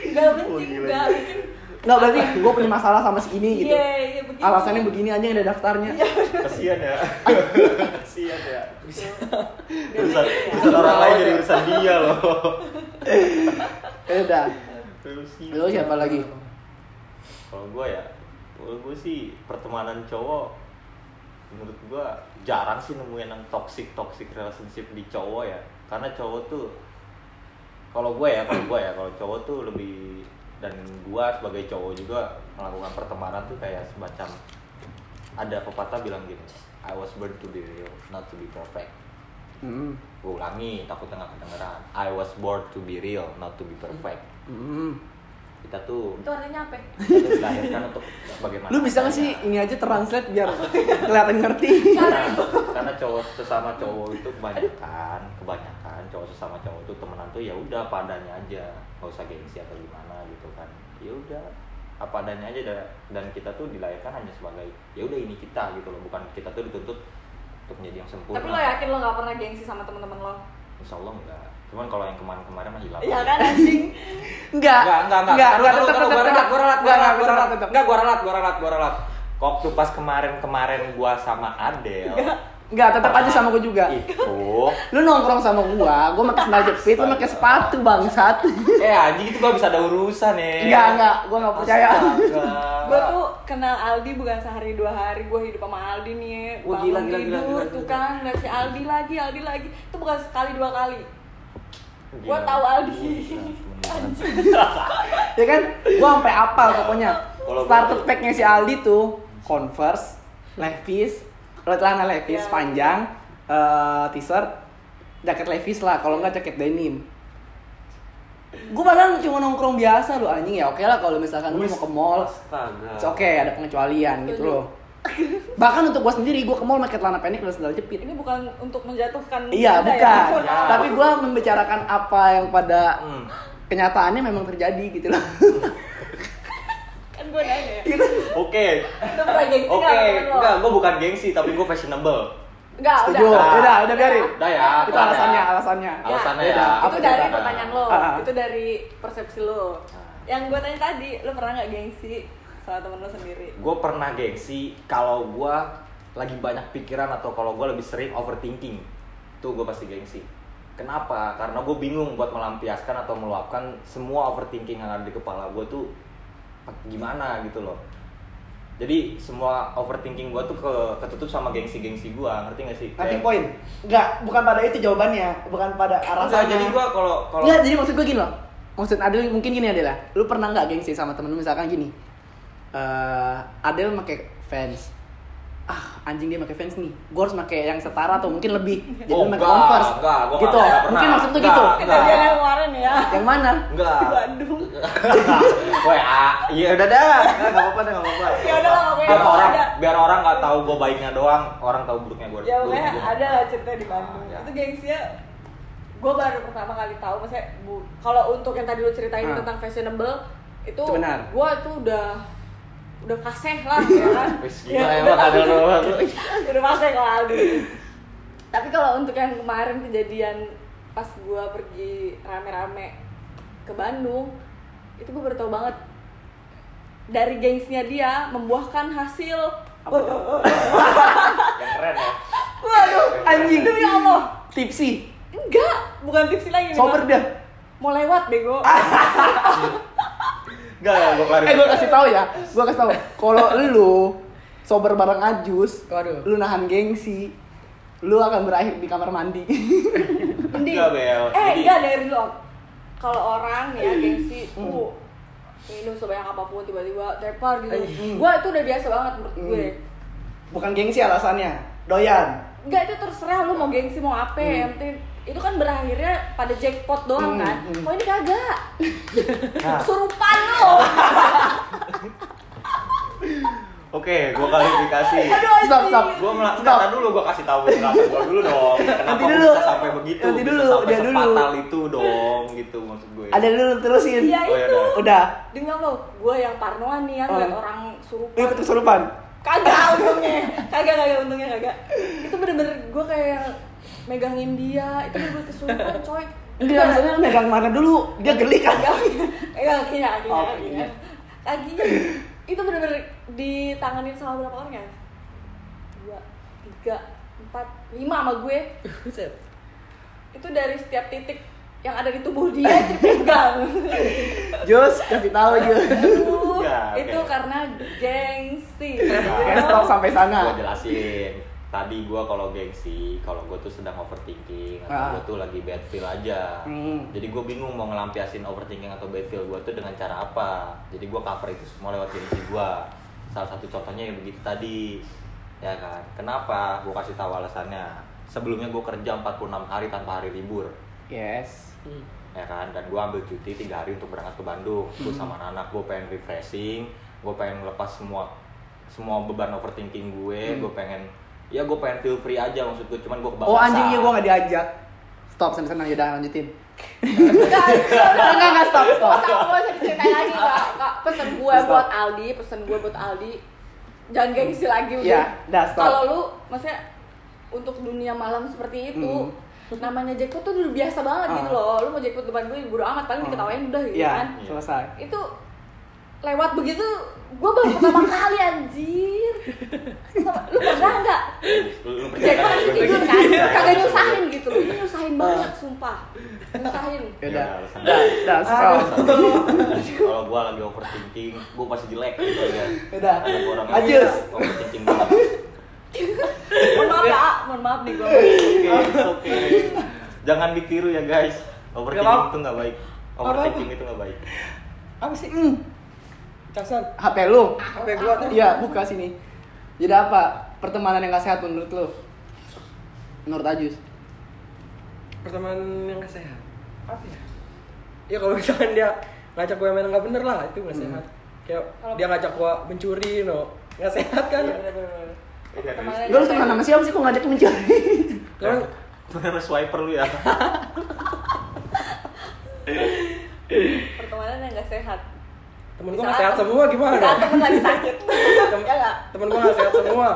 [SPEAKER 3] nggak benci nggak bikin
[SPEAKER 1] Enggak berarti gue punya masalah sama si Oh, ini gitu.
[SPEAKER 3] iya iya begitu
[SPEAKER 1] Alasannya begini aja ada daftarnya.
[SPEAKER 2] kasian *laughs* ya kasian ya
[SPEAKER 1] *laughs*
[SPEAKER 3] Nggak
[SPEAKER 2] urusan
[SPEAKER 3] benci, Gitu. ya.
[SPEAKER 2] urusan orang lain jadi urusan dia loh
[SPEAKER 1] Ya udah.
[SPEAKER 2] Kasian.
[SPEAKER 1] Lalu siapa lagi?
[SPEAKER 2] kalau gue ya kalau gue sih pertemanan cowok menurut gue jarang sih nemuin yang toxic toxic relationship di cowok ya karena cowok tuh kalau gue ya kalau gue ya kalau cowok tuh lebih dan gue sebagai cowok juga melakukan pertemanan tuh kayak semacam ada pepatah bilang gini I was born to be real not to be perfect
[SPEAKER 1] Hmm.
[SPEAKER 2] gue ulangi takutnya nggak kedengeran I was born to be real not to be perfect
[SPEAKER 1] Hmm.
[SPEAKER 2] kita tuh
[SPEAKER 3] itu artinya apa
[SPEAKER 2] kita dilahirkan untuk bagaimana
[SPEAKER 1] Lu bisa nggak sih
[SPEAKER 2] adanya.
[SPEAKER 1] ini aja translate biar kelihatan ngerti?
[SPEAKER 2] karena, karena cowok sesama cowok itu kebanyakan kebanyakan cowok sesama cowok itu temenan tuh ya udah padanya aja nggak usah gengsi atau gimana gitu kan ya udah apa adanya aja dan, dan kita tuh dilahirkan hanya sebagai ya udah ini kita gitu loh bukan kita tuh dituntut untuk menjadi yang sempurna
[SPEAKER 3] tapi lo yakin lo nggak pernah gengsi sama teman-teman lo
[SPEAKER 2] insya Allah enggak cuman kalau yang kemarin-kemarin mah hilang
[SPEAKER 3] iya kan anjing
[SPEAKER 1] Enggak.
[SPEAKER 2] Enggak, enggak, enggak.
[SPEAKER 1] Enggak,
[SPEAKER 2] Taruh,
[SPEAKER 1] enggak,
[SPEAKER 2] taruh,
[SPEAKER 1] tetap, tetap,
[SPEAKER 2] taruh. Gua
[SPEAKER 1] tetap.
[SPEAKER 2] ralat, gua ralat, gua
[SPEAKER 1] Enggak, enggak,
[SPEAKER 2] ralat, gua
[SPEAKER 1] tetap,
[SPEAKER 2] ralat.
[SPEAKER 1] tetap.
[SPEAKER 2] Enggak, gua ralat, gua ralat, gua ralat. Waktu pas kemarin-kemarin gua sama Adele
[SPEAKER 1] Enggak, tetap aja sama gue juga.
[SPEAKER 2] Iya. itu
[SPEAKER 1] Lu nongkrong sama gua, gua
[SPEAKER 2] *laughs*
[SPEAKER 1] pakai sandal jepit, lu pakai sepatu bangsat. *laughs*
[SPEAKER 2] eh anjing itu gua bisa ada urusan ya
[SPEAKER 1] Enggak, enggak, gua enggak percaya.
[SPEAKER 3] gue tuh kenal Aldi bukan sehari dua hari gue hidup sama Aldi nih
[SPEAKER 2] Wah,
[SPEAKER 3] bangun
[SPEAKER 2] gila, gila, gila,
[SPEAKER 3] tidur
[SPEAKER 2] gila, gila.
[SPEAKER 3] tuh kan ngeliat si Aldi lagi Aldi lagi itu bukan sekali dua kali
[SPEAKER 2] Gua
[SPEAKER 3] gue tahu Aldi
[SPEAKER 2] Anjing.
[SPEAKER 1] ya kan? Gua sampai apal pokoknya.
[SPEAKER 2] Kalau gua-
[SPEAKER 1] Starter pack-nya si Aldi tuh Converse, Levi's kalau celana Levi's
[SPEAKER 3] Ya.
[SPEAKER 1] panjang eh, t-shirt jaket Levi's lah kalau nggak jaket denim gue padahal cuma nongkrong biasa lu anjing ya oke lah kalau misalkan gue mau ke mall
[SPEAKER 2] Astaga.
[SPEAKER 1] it's oke ada pengecualian gitu loh bahkan untuk gue sendiri gue ke mall pakai celana pendek dan sandal jepit
[SPEAKER 3] Ini bukan untuk menjatuhkan
[SPEAKER 1] Iya,
[SPEAKER 3] Anda ya,
[SPEAKER 1] bukan.
[SPEAKER 3] ampun.
[SPEAKER 2] Ya.
[SPEAKER 1] Tapi gua membicarakan apa yang pada
[SPEAKER 2] Hmm.
[SPEAKER 1] kenyataannya memang terjadi gitu loh.
[SPEAKER 3] Kan gue nanya ya.
[SPEAKER 1] *laughs* Gitu.
[SPEAKER 2] Oke.
[SPEAKER 3] Itu gitu, pernah gengsi
[SPEAKER 2] Oke,
[SPEAKER 3] nggak temen lo?
[SPEAKER 2] enggak, gue bukan gengsi, tapi gue fashionable.
[SPEAKER 3] Enggak,
[SPEAKER 1] Setuju.
[SPEAKER 3] udah.
[SPEAKER 1] Udah, udah, biarin.
[SPEAKER 2] Udah ya,
[SPEAKER 1] Itu
[SPEAKER 2] udah ya.
[SPEAKER 1] alasannya, alasannya.
[SPEAKER 3] Ya,
[SPEAKER 2] Alasannya
[SPEAKER 1] ya.
[SPEAKER 3] Itu
[SPEAKER 1] Apa
[SPEAKER 3] dari
[SPEAKER 1] tuh?
[SPEAKER 3] pertanyaan lo,
[SPEAKER 1] Ah.
[SPEAKER 3] itu dari persepsi lo. Yang gue tanya tadi, lo pernah nggak gengsi sama temen lo sendiri?
[SPEAKER 2] Gue pernah gengsi kalau gue lagi banyak pikiran atau kalau gue lebih sering overthinking. Tuh gue pasti gengsi. Kenapa? Karena gue bingung buat melampiaskan atau meluapkan semua overthinking yang ada di kepala gue tuh gimana gitu loh. Jadi semua overthinking gue tuh ke- ketutup sama gengsi-gengsi gue, ngerti gak sih?
[SPEAKER 1] Nanti
[SPEAKER 2] Kayak-
[SPEAKER 1] poin. Enggak, bukan pada itu jawabannya, bukan pada arah
[SPEAKER 2] Enggak, jadi gue kalau kalau
[SPEAKER 1] Enggak, jadi maksud gue gini loh. Maksud Adel mungkin gini Adel ya. Lu pernah nggak gengsi sama temen lu misalkan gini. Eh, Adel pakai fans. Ah, anjing dia pakai fans nih. Gue harus pakai yang setara atau mungkin lebih. Jadi
[SPEAKER 2] Oh,
[SPEAKER 1] lu pakai
[SPEAKER 2] enggak,
[SPEAKER 1] Converse.
[SPEAKER 2] enggak, gua
[SPEAKER 1] gitu.
[SPEAKER 2] nggak pernah.
[SPEAKER 1] Mungkin maksud tuh
[SPEAKER 2] Enggak,
[SPEAKER 1] gitu.
[SPEAKER 2] enggak.
[SPEAKER 3] Kejadian yang kemarin ya.
[SPEAKER 1] Yang mana?
[SPEAKER 2] Enggak.
[SPEAKER 3] Waduh.
[SPEAKER 2] Woi, ah, iya udah dah. Enggak apa-apa, enggak apa-apa.
[SPEAKER 3] Ya udah lah, pokoknya
[SPEAKER 2] Biar orang
[SPEAKER 3] ada.
[SPEAKER 2] biar orang enggak tahu gue baiknya doang, orang tahu buruknya gue.
[SPEAKER 3] Ya pokoknya ada lah cerita di Bandung.
[SPEAKER 2] Ah, iya. ya.
[SPEAKER 3] Itu gengsinya gue baru pertama kali tahu maksudnya bu, kalau untuk yang tadi lu ceritain
[SPEAKER 1] Ah.
[SPEAKER 3] tentang fashionable itu
[SPEAKER 1] Itu benar.
[SPEAKER 3] gue tuh udah udah kaseh lah ya kan
[SPEAKER 2] Wis gila ya, emang ada doang.
[SPEAKER 3] *laughs* udah pasai kalau Aldi tapi kalau untuk yang kemarin kejadian pas gua pergi rame-rame ke Bandung itu gua baru tau banget dari gangsnya dia membuahkan hasil
[SPEAKER 1] Apa tuh?
[SPEAKER 2] Yang keren ya.
[SPEAKER 3] *laughs* waduh
[SPEAKER 1] Anjing.
[SPEAKER 3] demi Allah
[SPEAKER 1] Tipsi.
[SPEAKER 3] enggak bukan tipsi lagi nih,
[SPEAKER 1] Sober
[SPEAKER 3] Bang.
[SPEAKER 1] dah.
[SPEAKER 3] mau lewat bego
[SPEAKER 2] Enggak, gue
[SPEAKER 1] Eh gue kasih tahu ya, gue kasih tahu. Kalau *laughs* lu sober bareng ajus,
[SPEAKER 4] Waduh.
[SPEAKER 1] lu nahan gengsi, lu akan berakhir di kamar mandi. *laughs*
[SPEAKER 3] mending
[SPEAKER 2] Enggak, Bel.
[SPEAKER 3] eh
[SPEAKER 2] Jadi-
[SPEAKER 3] enggak dari lu Om. kalau orang ya gengsi uh minum sebanyak apapun tiba-tiba tepar gitu gua itu udah biasa banget menurut gue
[SPEAKER 1] Bukan gengsi alasannya, doyan.
[SPEAKER 3] Enggak itu terserah lu mau gengsi mau apa yang penting itu kan berakhirnya pada jackpot doang
[SPEAKER 1] Hmm,
[SPEAKER 3] kan.
[SPEAKER 1] hmm.
[SPEAKER 3] Kok ini kagak?
[SPEAKER 2] Nah.
[SPEAKER 3] Surupan lu.
[SPEAKER 2] Oke, gue klarifikasi.
[SPEAKER 3] Aduh,
[SPEAKER 1] Eh, Stop,
[SPEAKER 3] anjing.
[SPEAKER 1] stap.
[SPEAKER 2] Gue melaksanakan dulu, gue kasih tahu penjelasan gue dulu dong. Kenapa
[SPEAKER 1] Nanti
[SPEAKER 2] gua
[SPEAKER 1] dulu.
[SPEAKER 2] bisa sampai begitu?
[SPEAKER 1] Nanti
[SPEAKER 2] bisa
[SPEAKER 1] dulu,
[SPEAKER 2] sampai
[SPEAKER 1] dia dulu.
[SPEAKER 2] sepatal itu dong, gitu maksud gue.
[SPEAKER 1] Ada dulu terusin.
[SPEAKER 3] Iya
[SPEAKER 2] Oh, ya
[SPEAKER 3] itu.
[SPEAKER 2] udah.
[SPEAKER 1] Udah,
[SPEAKER 3] Demi Allah, gue yang parnoan nih yang
[SPEAKER 1] Oh.
[SPEAKER 3] ngeliat orang surupan.
[SPEAKER 1] lu ikut kesurupan.
[SPEAKER 3] Kagak untungnya. Kagak kagak untungnya kagak. Itu bener-bener gue kayak megangin dia. Itu bener-bener kesurupan coy.
[SPEAKER 1] Enggak, maksudnya lu megang mana dulu, dia geli kan.
[SPEAKER 3] kakinya kakinya kakinya
[SPEAKER 1] Oh,
[SPEAKER 3] kakinya
[SPEAKER 1] kakinya.
[SPEAKER 3] kakinya itu bener-bener ditanganin sama berapa orang ya dua tiga empat lima sama gue
[SPEAKER 4] Buset.
[SPEAKER 3] itu dari setiap titik yang ada di tubuh dia
[SPEAKER 1] *laughs*
[SPEAKER 3] itu pegang
[SPEAKER 1] Jus, kasih tahu Jus.
[SPEAKER 3] Iya. Aduh,
[SPEAKER 2] Ya, oke.
[SPEAKER 3] itu karena
[SPEAKER 1] *laughs*
[SPEAKER 3] gengsi
[SPEAKER 1] Oke, stop Nah. sampai
[SPEAKER 2] gue
[SPEAKER 1] sana.
[SPEAKER 2] Nah, jelasin tadi gue kalau gengsi kalau gue tuh sedang overthinking atau
[SPEAKER 1] Ah.
[SPEAKER 2] gue tuh lagi bad feel aja
[SPEAKER 1] Hmm.
[SPEAKER 2] jadi gue bingung mau ngelampiasin overthinking atau bad feel gue tuh dengan cara apa jadi gue cover itu semua lewat gengsi gue salah satu contohnya yang begitu tadi ya kan kenapa gue kasih tahu alasannya sebelumnya gue kerja 46 hari tanpa hari libur
[SPEAKER 1] Yes.
[SPEAKER 4] Hmm.
[SPEAKER 2] ya kan dan gue ambil cuti tiga hari untuk berangkat ke Bandung gue
[SPEAKER 1] Hmm.
[SPEAKER 2] sama anak gue pengen refreshing gue pengen lepas semua semua beban overthinking gue gue pengen ya gue pengen feel free aja maksud gue cuman gue kebablasan
[SPEAKER 1] Hmm. Oh anjing iya gue gak diajak. Stop sampai sana, yaudah lanjutin.
[SPEAKER 3] Enggak, Iya.
[SPEAKER 1] Enggak, enggak, enggak, stop, stop.
[SPEAKER 3] Gak usah, gak usah diceritain lagi
[SPEAKER 1] *laughs*
[SPEAKER 3] kak. Kak, Pesen gue
[SPEAKER 1] Stop.
[SPEAKER 3] buat Aldi, pesen gue buat Aldi Jangan gengsi lagi udah
[SPEAKER 1] Iya, dah, stop.
[SPEAKER 3] Kalau lu, maksudnya untuk dunia malam seperti itu
[SPEAKER 1] Hmm.
[SPEAKER 3] Namanya jackpot tuh udah biasa banget
[SPEAKER 1] Ah.
[SPEAKER 3] gitu loh Lu mau jackpot depan gue, ya bodo amat, paling
[SPEAKER 1] Ah.
[SPEAKER 3] diketawain udah gitu kan
[SPEAKER 1] Iya, selesai.
[SPEAKER 3] Itu lewat begitu, gue baru
[SPEAKER 1] *laughs*
[SPEAKER 3] pertama kali anjir Sama- Lu pernah nggak?
[SPEAKER 2] Lu- lu
[SPEAKER 1] Iya,
[SPEAKER 2] percaya
[SPEAKER 3] Jackpot
[SPEAKER 2] kan?
[SPEAKER 3] itu
[SPEAKER 2] Gua-
[SPEAKER 3] tidur
[SPEAKER 2] gua-
[SPEAKER 3] kan,
[SPEAKER 2] gua-
[SPEAKER 3] kagak nyusahin gitu loh Ini nyusahin banget,
[SPEAKER 1] Ah.
[SPEAKER 3] sumpah
[SPEAKER 1] *laughs*
[SPEAKER 3] Nyusahin
[SPEAKER 1] Yaudah,
[SPEAKER 2] alasan.
[SPEAKER 1] dah, dah, stop.
[SPEAKER 2] kalau gue lagi overthinking gue pasti jelek gitu ya
[SPEAKER 1] Udah.
[SPEAKER 2] Ada orang yang
[SPEAKER 1] Lanjut.
[SPEAKER 2] overthinking banget
[SPEAKER 3] mohon maaf ya, A. mohon maaf nih gue.
[SPEAKER 2] Oke, oke. Jangan ditiru ya guys. Overthinking
[SPEAKER 4] apa-
[SPEAKER 2] itu nggak baik.
[SPEAKER 4] apa-apa.
[SPEAKER 2] Overthinking itu nggak baik.
[SPEAKER 4] Apa sih?
[SPEAKER 1] Hmm,
[SPEAKER 4] Caksan.
[SPEAKER 1] HP lu.
[SPEAKER 4] Apa gua tadi?
[SPEAKER 1] Iya, buka sini. Jadi apa? pertemanan yang gak sehat menurut lo? Menurut Ajus?
[SPEAKER 4] pertemanan yang gak sehat apa ya ya kalau misalkan dia ngajak gue main nggak bener lah itu nggak
[SPEAKER 1] Hmm.
[SPEAKER 4] sehat kayak
[SPEAKER 3] Kalau-
[SPEAKER 4] dia ngajak gue mencuri no nggak sehat kan
[SPEAKER 3] Iya, bener-bener. Pertemanan
[SPEAKER 1] Gue lu
[SPEAKER 3] yang
[SPEAKER 1] teman sama siapa sih kok ngajak mencuri?
[SPEAKER 4] Kalau-
[SPEAKER 2] Karena swiper lu ya.
[SPEAKER 1] Iya.
[SPEAKER 3] pertemanan yang gak sehat
[SPEAKER 4] temen gue
[SPEAKER 3] Bisa
[SPEAKER 4] nggak sehat
[SPEAKER 3] apa?
[SPEAKER 4] semua gimana
[SPEAKER 3] saat temen lagi sakit
[SPEAKER 4] Tem-
[SPEAKER 3] ya nggak
[SPEAKER 4] temen gue nggak sehat semua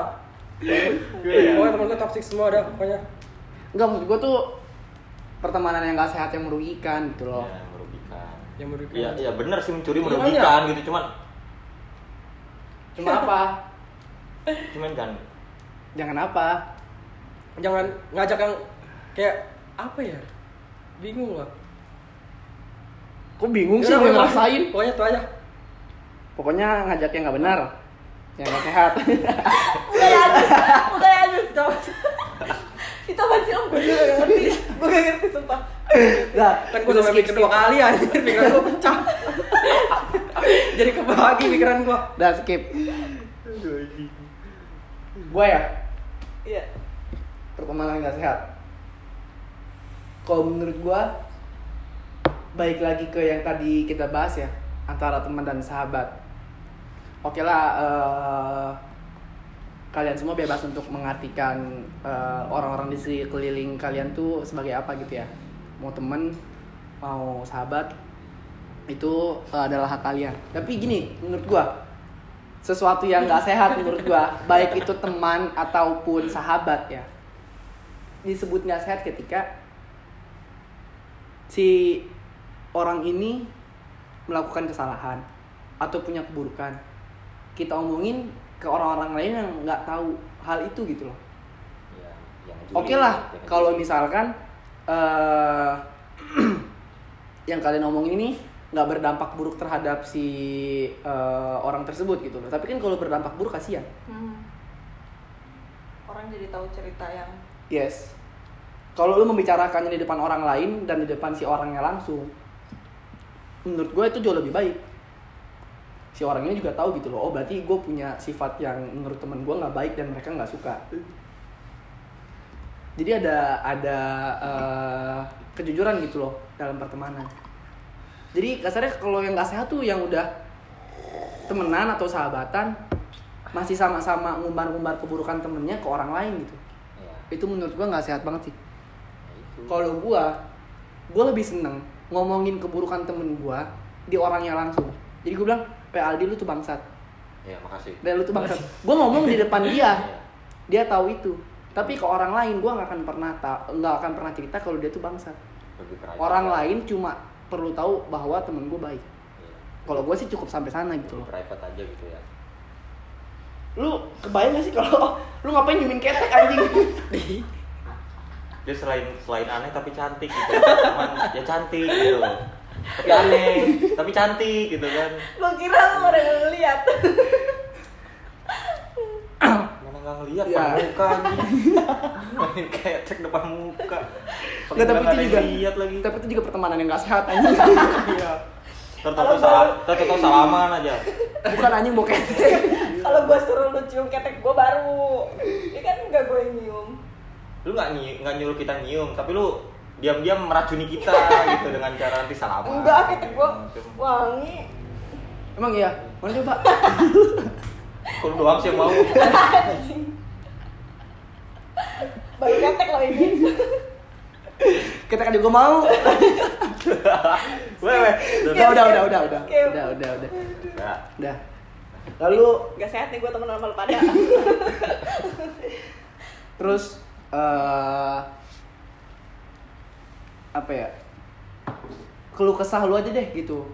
[SPEAKER 2] Iya,
[SPEAKER 3] Iya.
[SPEAKER 4] pokoknya temen gue toxic semua dah pokoknya
[SPEAKER 1] Enggak maksud gue tuh pertemanan yang gak sehat yang merugikan gitu loh.
[SPEAKER 2] Ya, merugikan.
[SPEAKER 4] yang merugikan
[SPEAKER 2] Iya, iya benar sih mencuri
[SPEAKER 4] Iya,
[SPEAKER 2] merugikan gitu cuman
[SPEAKER 1] Cuma apa?
[SPEAKER 2] cuman kan
[SPEAKER 1] Jangan apa?
[SPEAKER 4] jangan ngajak yang kayak apa ya bingung lah
[SPEAKER 1] Kok bingung sih
[SPEAKER 4] Yaudah,
[SPEAKER 1] gue
[SPEAKER 4] pokoknya-
[SPEAKER 1] ngerasain?
[SPEAKER 4] pokoknya itu aja
[SPEAKER 1] Pokoknya ngajak yang gak benar, yang gak sehat.
[SPEAKER 3] udah ya *laughs* Anus udah ya Anus dong *laughs* itu apa sih om gue juga gak ngerti gue gak ngerti sumpah
[SPEAKER 1] Nah,
[SPEAKER 4] kan gue sampai mikir dua kali anjir pikiran gue
[SPEAKER 1] *laughs*
[SPEAKER 4] pecah jadi kebagi pikiran gue
[SPEAKER 1] Udah skip. Gue ya
[SPEAKER 3] iya
[SPEAKER 1] pertemanan yang gak sehat. Kalau menurut gue baik lagi ke yang tadi kita bahas ya antara teman dan sahabat. Oke lah eh, kalian semua bebas untuk mengartikan eh, orang-orang di sekeliling kalian tuh sebagai apa gitu ya. Mau temen, mau sahabat itu eh, adalah hak kalian. Tapi gini menurut gua sesuatu yang nggak sehat menurut gua baik itu teman ataupun sahabat ya disebut nggak sehat ketika si orang ini melakukan kesalahan atau punya keburukan kita omongin ke orang-orang lain yang nggak tahu hal itu gitu loh
[SPEAKER 2] ya, yang mencuri, ya,
[SPEAKER 1] Oke lah,
[SPEAKER 2] yang
[SPEAKER 1] kalau
[SPEAKER 2] mencuri.
[SPEAKER 1] misalkan eh *clears throat* yang kalian omongin ini nggak berdampak buruk terhadap si eh, orang tersebut gitu loh. Tapi kan kalau berdampak buruk kasihan.
[SPEAKER 3] Hmm. orang jadi tahu cerita yang
[SPEAKER 1] Yes. Kalau lu membicarakannya di depan orang lain dan di depan si orangnya langsung, menurut gue itu jauh lebih baik. Si orang ini juga tahu gitu loh. Oh berarti gue punya sifat yang menurut temen gue nggak baik dan mereka nggak suka. Jadi ada ada eh, kejujuran gitu loh dalam pertemanan. Jadi kasarnya kalau yang nggak sehat tuh yang udah temenan atau sahabatan masih sama-sama ngumbar-ngumbar keburukan temennya ke orang lain gitu
[SPEAKER 2] Ya,
[SPEAKER 1] itu menurut gua nggak sehat banget sih
[SPEAKER 2] ya itu.
[SPEAKER 1] kalau gua gua lebih seneng ngomongin keburukan temen gua di orangnya langsung jadi gua bilang Pe Aldi lu tuh bangsat
[SPEAKER 2] ya makasih.
[SPEAKER 1] dan lu tuh bangsat gua ngomong di depan dia
[SPEAKER 2] Ya.
[SPEAKER 1] dia tahu itu tapi ke orang lain gua nggak akan pernah ta- nggak akan pernah cerita kalau dia tuh bangsat
[SPEAKER 2] lebih kerajaan.
[SPEAKER 1] orang lain cuma perlu tahu bahwa temen gua baik
[SPEAKER 2] Iya,
[SPEAKER 1] kalau gua sih cukup sampai sana gitu loh
[SPEAKER 2] lebih private aja gitu ya.
[SPEAKER 1] lu kebayang gak sih kalau lu ngapain nyumin ketek anjing
[SPEAKER 2] Dia selain selain aneh tapi cantik gitu. Cuman ya cantik gitu. Tapi aneh, tapi cantik gitu kan.
[SPEAKER 3] lo kira lo orang yang ngeliat
[SPEAKER 2] Mana nggak ngeliat
[SPEAKER 1] Ya.
[SPEAKER 2] depan muka anjing. *laughs* Main ketek depan muka.
[SPEAKER 1] Nggak,
[SPEAKER 2] Pakai
[SPEAKER 1] tapi
[SPEAKER 2] bilang
[SPEAKER 1] itu
[SPEAKER 2] ada yang
[SPEAKER 1] juga
[SPEAKER 2] lihat lagi.
[SPEAKER 1] tapi itu juga pertemanan yang gak sehat anjing
[SPEAKER 2] Iya. Tertutup salam, tertutup salaman aja.
[SPEAKER 1] bukan anjing bokeh
[SPEAKER 3] kalau gue suruh lu cium ketek gue baru ini kan nggak gue yang nyium
[SPEAKER 2] Lu nggak nyi- nggak nyuruh kita nyium, tapi lu diam-diam meracuni kita gitu dengan cara nanti salaman.
[SPEAKER 3] enggak ketek gue
[SPEAKER 2] Gitu.
[SPEAKER 3] wangi
[SPEAKER 1] Emang iya? Mana coba?
[SPEAKER 2] Kalau doang sih yang mau.
[SPEAKER 3] anjing bagi ketek lo ini
[SPEAKER 1] Kita kan juga mau.
[SPEAKER 2] Weh, weh.
[SPEAKER 1] Udah, udah, udah, udah, udah.
[SPEAKER 3] Skip.
[SPEAKER 1] Udah, udah, udah.
[SPEAKER 2] Nah,
[SPEAKER 1] Udah. Lalu
[SPEAKER 3] nggak sehat nih gue temen sama lo pada
[SPEAKER 1] terus eh apa ya? Keluh kesah lu aja deh gitu.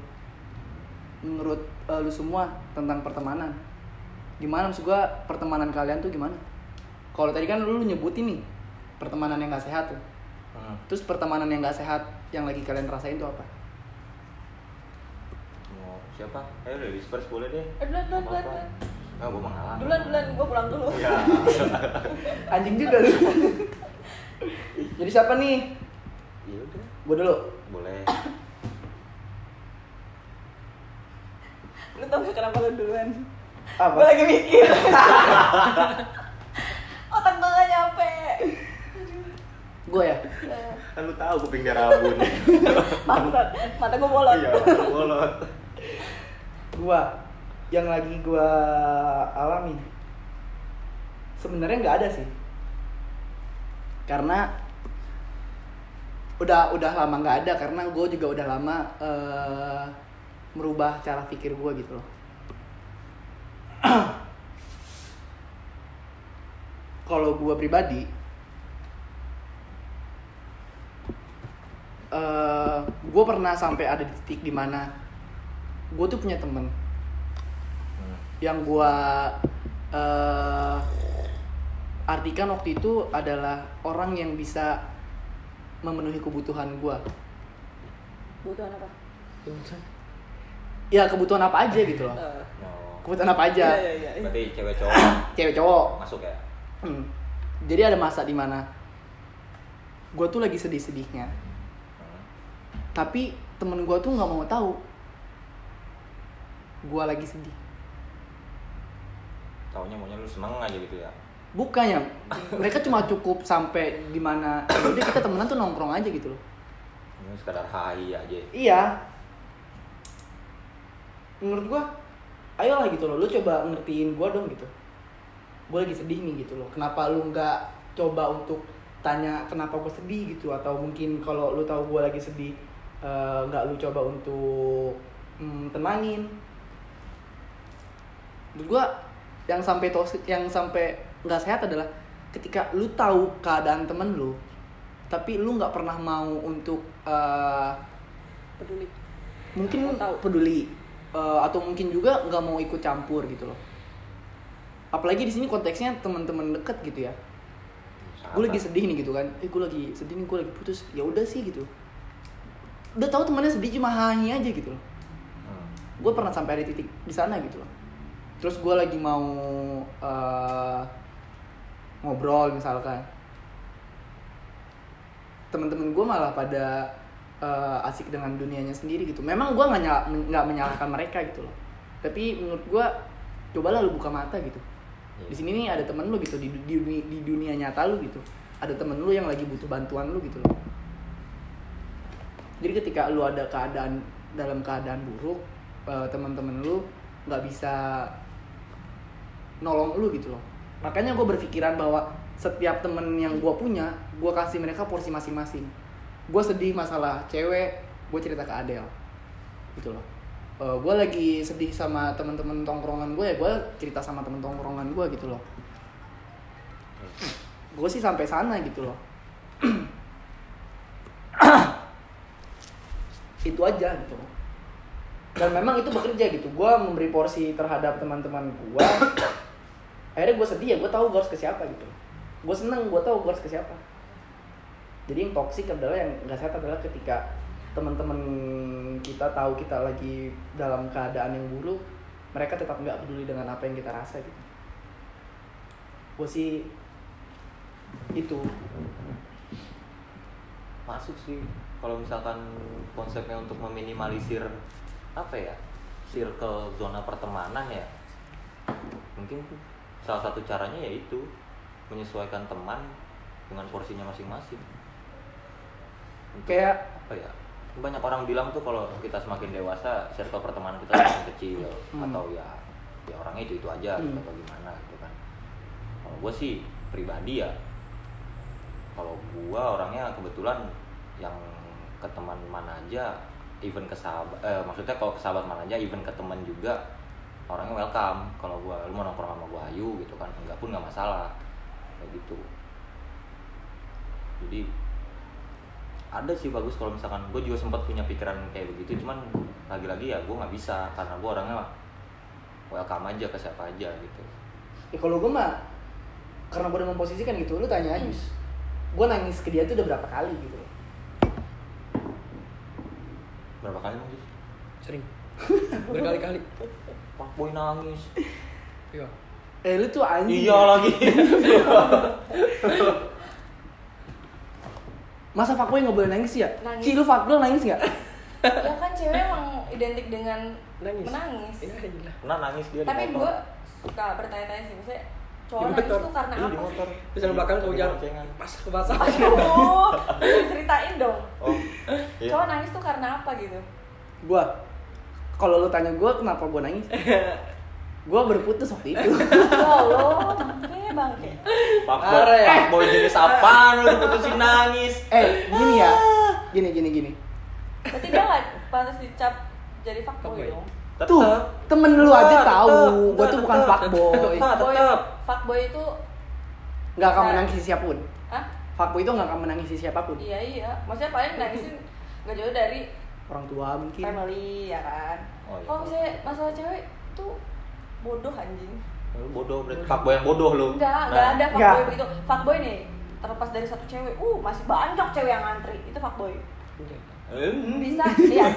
[SPEAKER 1] Menurut eh, lu semua tentang pertemanan. Gimana maksud gua pertemanan kalian tuh gimana? Kalau tadi kan lu nyebutin nih pertemanan yang gak sehat tuh.
[SPEAKER 2] hmm,
[SPEAKER 1] Terus pertemanan yang gak sehat yang lagi kalian rasain tuh apa?
[SPEAKER 2] mau siapa? Ayo deh, di Spurs boleh deh.
[SPEAKER 3] Eh, duluan, duluan,
[SPEAKER 2] Apa-apa.
[SPEAKER 3] duluan. Iya.
[SPEAKER 2] Nggak, Ah, gua mengalah.
[SPEAKER 3] duluan duluan gue pulang dulu
[SPEAKER 2] *laughs* Ya.
[SPEAKER 1] Anjing juga lu. *laughs* Jadi siapa nih?
[SPEAKER 2] Iya udah,
[SPEAKER 1] Gue dulu.
[SPEAKER 2] boleh.
[SPEAKER 3] lu tau gak kenapa lu duluan
[SPEAKER 1] Apa?
[SPEAKER 3] *laughs* gue lagi mikir
[SPEAKER 1] Gue ya.
[SPEAKER 3] Eh,
[SPEAKER 2] kan lu tahu kuping dia *laughs* rabun
[SPEAKER 3] bangsat. mata gue bolot
[SPEAKER 2] iya bolot
[SPEAKER 1] Gue yang lagi gue alami sebenarnya nggak ada sih. Karena udah udah lama nggak ada karena gue juga udah lama eh, merubah cara pikir gue gitu loh. *clears throat* Kalau gue pribadi, eh gue pernah sampai ada di titik dimana gue tuh punya temen yang gue eh artikan waktu itu adalah orang yang bisa memenuhi kebutuhan gue
[SPEAKER 3] butuhan apa
[SPEAKER 1] ya kebutuhan apa aja gitu loh
[SPEAKER 3] *laughs* Eh,
[SPEAKER 2] oh.
[SPEAKER 1] kebutuhan apa aja
[SPEAKER 3] iya iya iya iya.
[SPEAKER 2] berarti cewek cowok
[SPEAKER 1] cewek cowok
[SPEAKER 2] masuk ya
[SPEAKER 1] Hmm. Jadi ada masa dimana gue tuh lagi sedih-sedihnya,
[SPEAKER 2] Hmm.
[SPEAKER 1] tapi temen gue tuh nggak mau tahu gue lagi sedih.
[SPEAKER 2] taunya maunya lu seneng aja gitu ya
[SPEAKER 1] Bukannya mereka cuma cukup sampai dimana udah kita temenan tuh nongkrong aja gitu loh.
[SPEAKER 2] ini sekadar hai aja
[SPEAKER 1] Iya. Menurut gue, ayolah gitu loh, lu coba ngertiin gue dong gitu. Gue lagi sedih nih gitu loh. Kenapa lu nggak coba untuk tanya kenapa gue sedih gitu atau mungkin kalau lu tahu gue lagi sedih eh, nggak lu coba untuk mm, tenangin. Menurut gue yang sampai toxic, yang sampai nggak sehat adalah ketika lu tahu keadaan temen lu, tapi lu nggak pernah mau untuk eh,
[SPEAKER 3] peduli
[SPEAKER 2] *laughs*
[SPEAKER 1] mungkin
[SPEAKER 3] Tahu.
[SPEAKER 1] peduli eh, atau mungkin juga nggak mau ikut campur gitu loh apalagi di sini konteksnya teman-teman deket gitu ya gue lagi sedih nih gitu kan eh gue lagi sedih nih gue lagi putus ya udah sih gitu udah tahu temannya sedih cuma hahi aja gitu loh
[SPEAKER 2] Hmm.
[SPEAKER 1] gue pernah sampai ada titik di sana gitu loh terus gue lagi mau eh, ngobrol misalkan temen-temen gue malah pada eh, asik dengan dunianya sendiri gitu memang gue nggak nyala- nggak menyalahkan mereka gitu loh tapi menurut gue cobalah lu buka mata gitu
[SPEAKER 2] iya.
[SPEAKER 1] di sini nih ada temen lu gitu di, di, dunia- di dunia nyata lu gitu ada temen lu yang lagi butuh bantuan lu gitu loh jadi ketika lu ada keadaan dalam keadaan buruk eh, teman-teman lu nggak bisa nolong lu gitu loh makanya gue berpikiran bahwa setiap temen yang gue punya gue kasih mereka porsi masing-masing gue sedih masalah cewek gue cerita ke Adel gitu loh gue lagi sedih sama teman-teman tongkrongan gue ya gue cerita sama temen tongkrongan gue gitu loh gue sih sampai sana gitu loh itu aja gitu dan memang itu bekerja gitu gue memberi porsi terhadap teman-teman gue akhirnya gue sedih ya gue tahu gue harus ke siapa gitu gue seneng gue tahu gue harus ke siapa jadi yang toksik adalah yang nggak sehat adalah ketika teman-teman kita tahu kita lagi dalam keadaan yang buruk mereka tetap nggak peduli dengan apa yang kita rasa gitu gue sih itu
[SPEAKER 2] masuk sih kalau misalkan konsepnya untuk meminimalisir apa ya circle zona pertemanan ya mungkin salah satu caranya yaitu menyesuaikan teman dengan porsinya masing-masing Untuk
[SPEAKER 1] kayak
[SPEAKER 2] apa ya banyak orang bilang tuh kalau kita semakin dewasa circle pertemanan kita semakin kecil
[SPEAKER 1] Hmm.
[SPEAKER 2] atau ya ya orangnya itu itu aja
[SPEAKER 1] Hmm.
[SPEAKER 2] atau gimana gitu kan kalau gue sih pribadi ya kalau gue orangnya kebetulan yang ke teman mana aja even ke sahabat eh, maksudnya kalau ke sahabat mana aja even ke teman juga orangnya welcome kalau gue lu mau nongkrong sama gue ayu gitu kan enggak pun nggak masalah kayak gitu jadi ada sih bagus kalau misalkan gue juga sempat punya pikiran kayak begitu cuman lagi-lagi ya gue nggak bisa karena gue orangnya welcome aja ke siapa aja gitu
[SPEAKER 1] ya kalau gue mah karena gue udah memposisikan gitu lu tanya aja gue nangis ke dia tuh udah berapa kali gitu
[SPEAKER 2] berapa kali nangis
[SPEAKER 4] sering *laughs* berkali-kali
[SPEAKER 2] Pak boy nangis
[SPEAKER 4] iya
[SPEAKER 1] eh lu tuh anjing
[SPEAKER 2] iya lagi *laughs*
[SPEAKER 1] masa fuckboy nggak boleh nangis ya
[SPEAKER 3] Nangis.
[SPEAKER 1] Ci lu fuckboy nangis nggak
[SPEAKER 3] ya kan cewek emang identik dengan
[SPEAKER 4] nangis
[SPEAKER 3] menangis
[SPEAKER 4] iya gila
[SPEAKER 2] pernah nangis dia
[SPEAKER 3] tapi
[SPEAKER 2] di motor
[SPEAKER 3] gue suka bertanya-tanya sih maksudnya cowok
[SPEAKER 4] Di
[SPEAKER 3] nangis
[SPEAKER 4] motor.
[SPEAKER 3] tuh karena
[SPEAKER 2] Iya, di
[SPEAKER 3] apa
[SPEAKER 2] motor.
[SPEAKER 4] Terus yang belakang
[SPEAKER 2] Di
[SPEAKER 4] kau
[SPEAKER 3] Iya,
[SPEAKER 4] jalan
[SPEAKER 2] boncengan.
[SPEAKER 4] pas kebasah.
[SPEAKER 2] *laughs*
[SPEAKER 3] aduh ceritain dong
[SPEAKER 2] Oh, iya.
[SPEAKER 3] cowok nangis tuh karena apa gitu
[SPEAKER 1] Gua kalau lu tanya gua kenapa gua nangis?
[SPEAKER 2] *laughs*
[SPEAKER 1] gua berputus waktu itu. *laughs*
[SPEAKER 3] oh lo bangke bangke
[SPEAKER 2] Pak boy,
[SPEAKER 4] Are.
[SPEAKER 2] pak boy jenis apaan lu diputusin nangis?
[SPEAKER 1] eh, gini ya.
[SPEAKER 2] Ah.
[SPEAKER 1] Gini gini gini.
[SPEAKER 3] berarti dia nggak pantas dicap jadi fuckboy
[SPEAKER 4] Fuckboy.
[SPEAKER 3] dong
[SPEAKER 2] Tetep.
[SPEAKER 1] Tuh, temen lu
[SPEAKER 2] Tetep,
[SPEAKER 1] aja
[SPEAKER 2] tetep,
[SPEAKER 1] tahu. Gua
[SPEAKER 2] tetep,
[SPEAKER 1] tuh bukan
[SPEAKER 2] tetep,
[SPEAKER 1] fuckboy.
[SPEAKER 2] Ah, tetep, Eh. tetep.
[SPEAKER 3] Boy, fuckboy itu
[SPEAKER 1] Nggak akan
[SPEAKER 3] Nah.
[SPEAKER 1] menangisi siapapun.
[SPEAKER 3] ah
[SPEAKER 1] Fuckboy itu nggak akan menangisi siapapun.
[SPEAKER 3] iya iya maksudnya paling nangisin nggak jauh dari
[SPEAKER 1] Orang tua mungkin.
[SPEAKER 3] family ya kan
[SPEAKER 2] Oh, iya.
[SPEAKER 3] kalau misalnya masalah cewek tuh bodoh anjing
[SPEAKER 2] Lu bodoh berarti pak boy yang bodoh lu.
[SPEAKER 3] enggak
[SPEAKER 2] Nah,
[SPEAKER 3] enggak ada
[SPEAKER 1] Nggak.
[SPEAKER 3] fuckboy begitu fuckboy nih terlepas dari satu cewek uh masih banyak cewek yang ngantri itu fuckboy
[SPEAKER 2] Hmm.
[SPEAKER 3] bisa
[SPEAKER 2] *laughs*
[SPEAKER 3] iya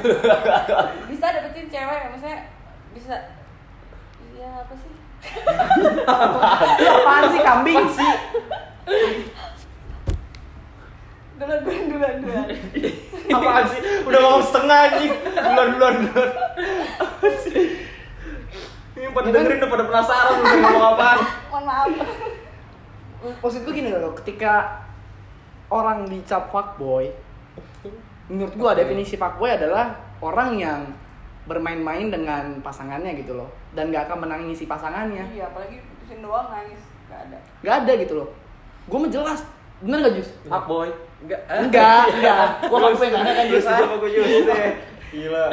[SPEAKER 3] bisa dapetin cewek maksudnya bisa iya apa sih
[SPEAKER 1] Lu apaan sih kambing? sih?
[SPEAKER 3] duluan duluan duluan
[SPEAKER 2] *laughs*
[SPEAKER 3] duluan
[SPEAKER 2] Apaan sih? Udah ngomong setengah anjing. Duluan duluan duluan. Apaan sih? Ini pada dengerin udah pada penasaran lu pengen ngomong apaan.
[SPEAKER 3] mohon maaf
[SPEAKER 1] Maksud gue gini loh, ketika orang dicap fuckboy, menurut gua definisi fuckboy adalah orang yang bermain-main dengan pasangannya gitu loh dan gak akan menangisi pasangannya
[SPEAKER 3] iya apalagi putusin doang nangis nggak ada
[SPEAKER 1] gak ada gitu loh gue menjelas bener gak Jus?
[SPEAKER 2] Pak boy.
[SPEAKER 4] Enggak. eh.
[SPEAKER 1] enggak, enggak gue gak gue enggak kan Jus
[SPEAKER 2] Terus Iya, sama gue Yus deh. Gila.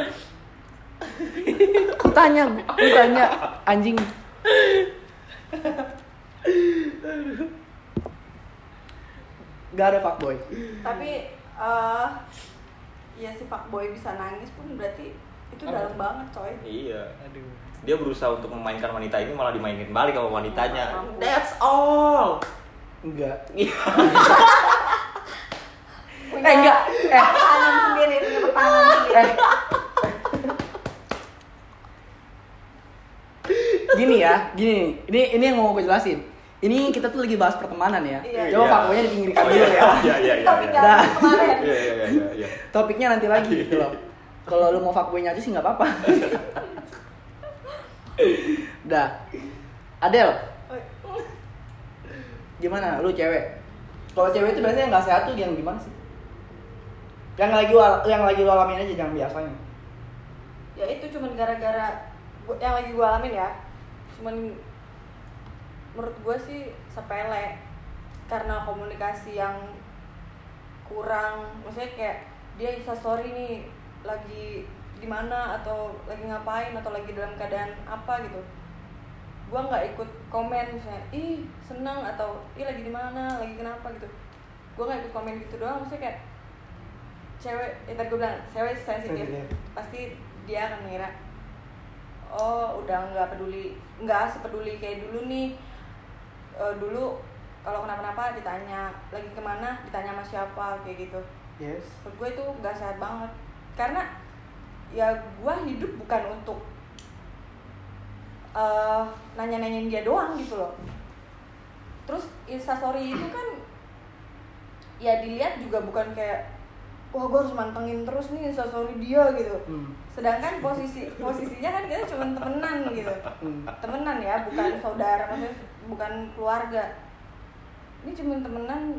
[SPEAKER 1] aku tanya, aku tanya anjing gak ada fuckboy
[SPEAKER 3] tapi eh ya si fuckboy bisa nangis pun berarti itu dalam banget coy
[SPEAKER 2] Iya.
[SPEAKER 4] Aduh.
[SPEAKER 2] Dia berusaha untuk memainkan wanita ini malah dimainin balik sama wanitanya.
[SPEAKER 3] Mampus.
[SPEAKER 1] Eh,
[SPEAKER 2] That's all.
[SPEAKER 1] enggak eh
[SPEAKER 3] punya
[SPEAKER 1] *laughs* enggak, eh
[SPEAKER 3] pertahanan sendiri punya
[SPEAKER 1] *laughs*
[SPEAKER 3] pertahanan sendiri
[SPEAKER 1] Eh. gini ya, gini nih. Ini ini yang mau gue jelasin. Ini kita tuh lagi bahas pertemanan ya.
[SPEAKER 3] Iya.
[SPEAKER 1] Coba
[SPEAKER 2] Iya.
[SPEAKER 1] fuckboynya dipinggirkan
[SPEAKER 2] Oh,
[SPEAKER 1] dulu
[SPEAKER 2] *laughs* iya,
[SPEAKER 1] ya.
[SPEAKER 2] Iya iya iya.
[SPEAKER 3] tapi
[SPEAKER 2] iya.
[SPEAKER 1] Dah.
[SPEAKER 3] jangan kemarin
[SPEAKER 1] *laughs*
[SPEAKER 2] Iya iya iya, iya iya.
[SPEAKER 1] Topiknya nanti lagi gitu
[SPEAKER 2] *laughs*
[SPEAKER 1] loh. Kalau lu mau fuckboynya aja sih nggak apa-apa. Dah. Adel, gimana lu cewek? Kalau cewek itu biasanya yang nggak sehat tuh yang gimana sih? Yang lagi wal- yang lagi lu alamin aja jangan biasanya.
[SPEAKER 3] ya itu cuman gara-gara gua- yang lagi gue alamin ya cuman menurut gue sih sepele karena komunikasi yang kurang maksudnya kayak dia bisa sorry nih lagi di mana atau lagi ngapain atau lagi dalam keadaan apa gitu gue nggak ikut komen misalnya ih senang atau ih lagi di mana lagi kenapa gitu gue nggak ikut komen gitu doang maksudnya kayak cewek ya tadi gue bilang cewek sensitif
[SPEAKER 1] Sensitif.
[SPEAKER 3] pasti dia akan mengira oh udah nggak peduli nggak sepeduli kayak dulu nih Eh, dulu kalau kenapa-napa ditanya lagi kemana ditanya sama siapa kayak gitu
[SPEAKER 1] Yes.
[SPEAKER 3] menurut gue itu nggak sehat banget karena ya gue hidup bukan untuk eh nanya-nanyain dia doang gitu loh terus instastory itu kan ya dilihat juga bukan kayak wah gue harus mantengin terus nih instastory dia gitu
[SPEAKER 1] Hmm.
[SPEAKER 3] sedangkan posisi posisinya kan kita cuma temenan gitu
[SPEAKER 1] Hmm.
[SPEAKER 3] temenan ya bukan saudara maksudnya bukan keluarga ini cuma temenan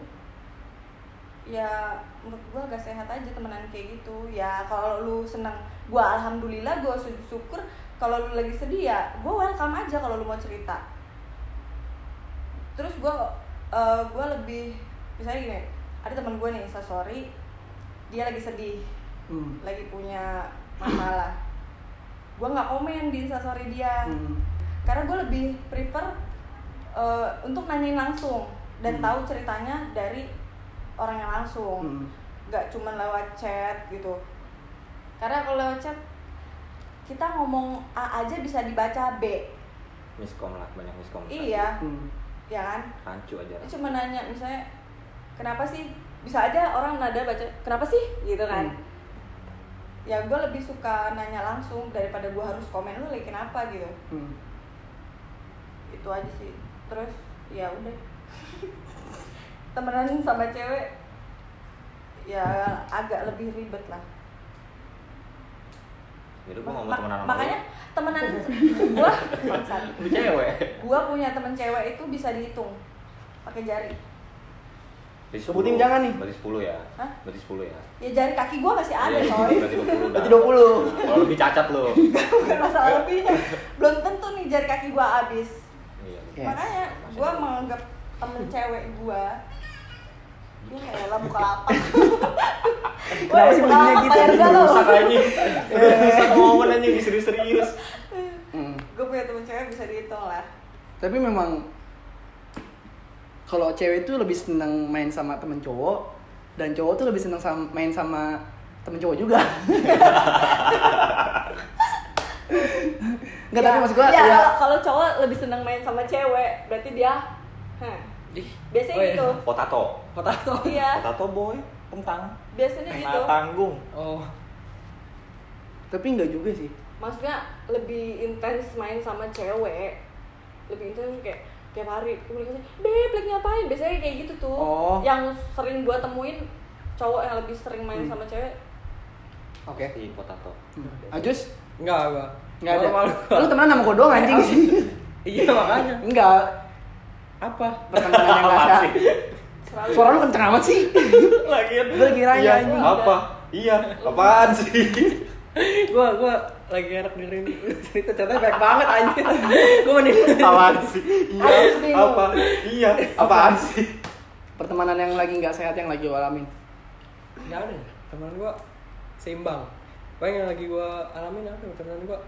[SPEAKER 3] ya menurut gua agak sehat aja temenan kayak gitu ya kalau lu senang gua alhamdulillah gua sy- syukur kalau lu lagi sedih ya gua welcome aja kalau lu mau cerita terus gua eh, gua lebih misalnya gini ada teman gua nih sorry dia lagi sedih
[SPEAKER 1] Hmm.
[SPEAKER 3] lagi punya masalah gue nggak komen di instastory dia
[SPEAKER 1] Hmm.
[SPEAKER 3] karena gue lebih prefer eh, untuk nanyain langsung dan
[SPEAKER 1] Hmm.
[SPEAKER 3] tahu ceritanya dari orang yang langsung
[SPEAKER 1] Hmm.
[SPEAKER 3] nggak cuman lewat chat gitu karena kalau lewat chat kita ngomong A aja bisa dibaca B
[SPEAKER 2] Miskom lah banyak miskom.
[SPEAKER 3] iya
[SPEAKER 1] Hmm.
[SPEAKER 3] ya kan
[SPEAKER 2] Rancu aja.
[SPEAKER 3] Dia cuma nanya misalnya kenapa sih bisa aja orang nada baca kenapa sih gitu kan
[SPEAKER 1] Hmm.
[SPEAKER 3] ya gue lebih suka nanya langsung daripada gue harus komen lu lagi kenapa gitu
[SPEAKER 1] Hmm.
[SPEAKER 3] itu aja sih terus ya udah temenan sama cewek ya agak lebih ribet lah
[SPEAKER 2] Jadi gua nggak mau
[SPEAKER 3] Ma-
[SPEAKER 2] temenan sama Oh, iya. lu.
[SPEAKER 3] makanya temenan gua
[SPEAKER 2] *laughs*
[SPEAKER 3] bangsat.
[SPEAKER 2] Lu cewek.
[SPEAKER 3] gua punya temen cewek itu bisa dihitung pakai jari
[SPEAKER 2] Berarti
[SPEAKER 1] Sebutin
[SPEAKER 2] 10.
[SPEAKER 1] jangan nih.
[SPEAKER 2] Berarti 10 ya.
[SPEAKER 3] Hah?
[SPEAKER 2] Berarti 10 ya.
[SPEAKER 3] ya jari kaki gua masih ada
[SPEAKER 2] Iya,
[SPEAKER 3] coy
[SPEAKER 2] Berarti 20. dah.
[SPEAKER 1] Berarti 20.
[SPEAKER 2] Kalau lebih cacat lu.
[SPEAKER 3] bukan masalah lebihnya belum tentu nih jari kaki gua habis
[SPEAKER 2] Iya.
[SPEAKER 1] Iya.
[SPEAKER 3] makanya gua menganggap temen cewek gua dia kayak elah buka lapak
[SPEAKER 1] Kenapa sih bunyinya gitu?
[SPEAKER 2] Rusak
[SPEAKER 3] *laughs*
[SPEAKER 2] anjing. Rusak momen anjing serius-serius.
[SPEAKER 1] Mm.
[SPEAKER 3] gue punya temen cewek bisa dihitung lah
[SPEAKER 1] tapi memang kalau cewek itu lebih senang main sama temen cowok dan cowok tuh lebih senang sama, main sama temen cowok *laughs* juga Enggak, tapi maksud gua
[SPEAKER 3] ya,
[SPEAKER 1] ya,
[SPEAKER 3] kalau- kalau cowok lebih seneng main sama cewek berarti dia hah. biasanya
[SPEAKER 4] oh iya.
[SPEAKER 3] gitu
[SPEAKER 2] Potato.
[SPEAKER 4] Potato.
[SPEAKER 3] iya
[SPEAKER 2] Potato boy, kentang.
[SPEAKER 3] biasanya gitu
[SPEAKER 2] Nah, tanggung.
[SPEAKER 4] Oh.
[SPEAKER 1] tapi enggak juga sih
[SPEAKER 3] maksudnya lebih intens main sama cewek lebih intens kayak tiap hari komunikasi beb lagi ngapain biasanya kayak gitu tuh
[SPEAKER 1] Oh.
[SPEAKER 3] yang sering gua temuin cowok yang lebih sering main sama cewek
[SPEAKER 1] oke
[SPEAKER 2] Pasti potato.
[SPEAKER 1] Hmm. Ajus
[SPEAKER 4] Enggak gua.
[SPEAKER 1] enggak ada
[SPEAKER 4] Malu-malu
[SPEAKER 1] *laughs*
[SPEAKER 4] gua.
[SPEAKER 1] lu temenan sama gua doang anjing sih
[SPEAKER 4] Iya makanya.
[SPEAKER 1] enggak
[SPEAKER 4] Apa?
[SPEAKER 1] pertemanan yang rasa
[SPEAKER 2] Apaan sih?
[SPEAKER 3] selalu
[SPEAKER 1] suara lu kenceng amat
[SPEAKER 2] *laughs*
[SPEAKER 1] sih
[SPEAKER 2] Lagian
[SPEAKER 1] Gua kirain
[SPEAKER 2] Iya,
[SPEAKER 1] anjing.
[SPEAKER 2] Apa? Iya, apaan sih?
[SPEAKER 4] gua gua lagi enak dengerin cerita ceritanya baik banget anjir. gua mending
[SPEAKER 2] Apaan sih? Iya,
[SPEAKER 3] Harus bingung.
[SPEAKER 2] apa? Iya, apaan sih?
[SPEAKER 1] pertemanan yang lagi nggak sehat yang lagi gua alamin
[SPEAKER 4] Gak ada ya, teman gua seimbang Paling yang lagi gua alamin apa ya, teman gua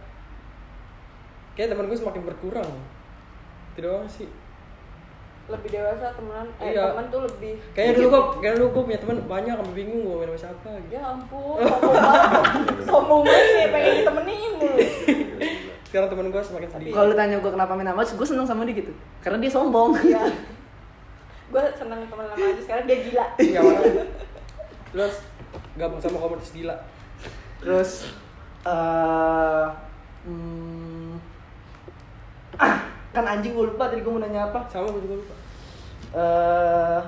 [SPEAKER 4] Kayaknya teman gua semakin berkurang Itu doang sih
[SPEAKER 3] lebih dewasa temenan eh
[SPEAKER 4] Iya.
[SPEAKER 3] temen tuh lebih
[SPEAKER 4] Kayaknya dulu gua, kayaknya dulu gua punya teman banyak sampai bingung gua main sama siapa gitu
[SPEAKER 3] ya ampun sombong *laughs* banget sombong banget ya pengen ditemenin mulu
[SPEAKER 4] Sekarang teman gua semakin sedih
[SPEAKER 1] kalau lu tanya gua kenapa main sama gua seneng sama dia gitu karena dia sombong
[SPEAKER 3] iya gue seneng temen lama aja sekarang dia gila
[SPEAKER 4] Iya mana Lu harus gabung sama komunitas gila
[SPEAKER 1] Terus eh hmm, ah, kan anjing gue lupa tadi gue mau nanya apa.
[SPEAKER 4] Sama gua juga lupa
[SPEAKER 1] eh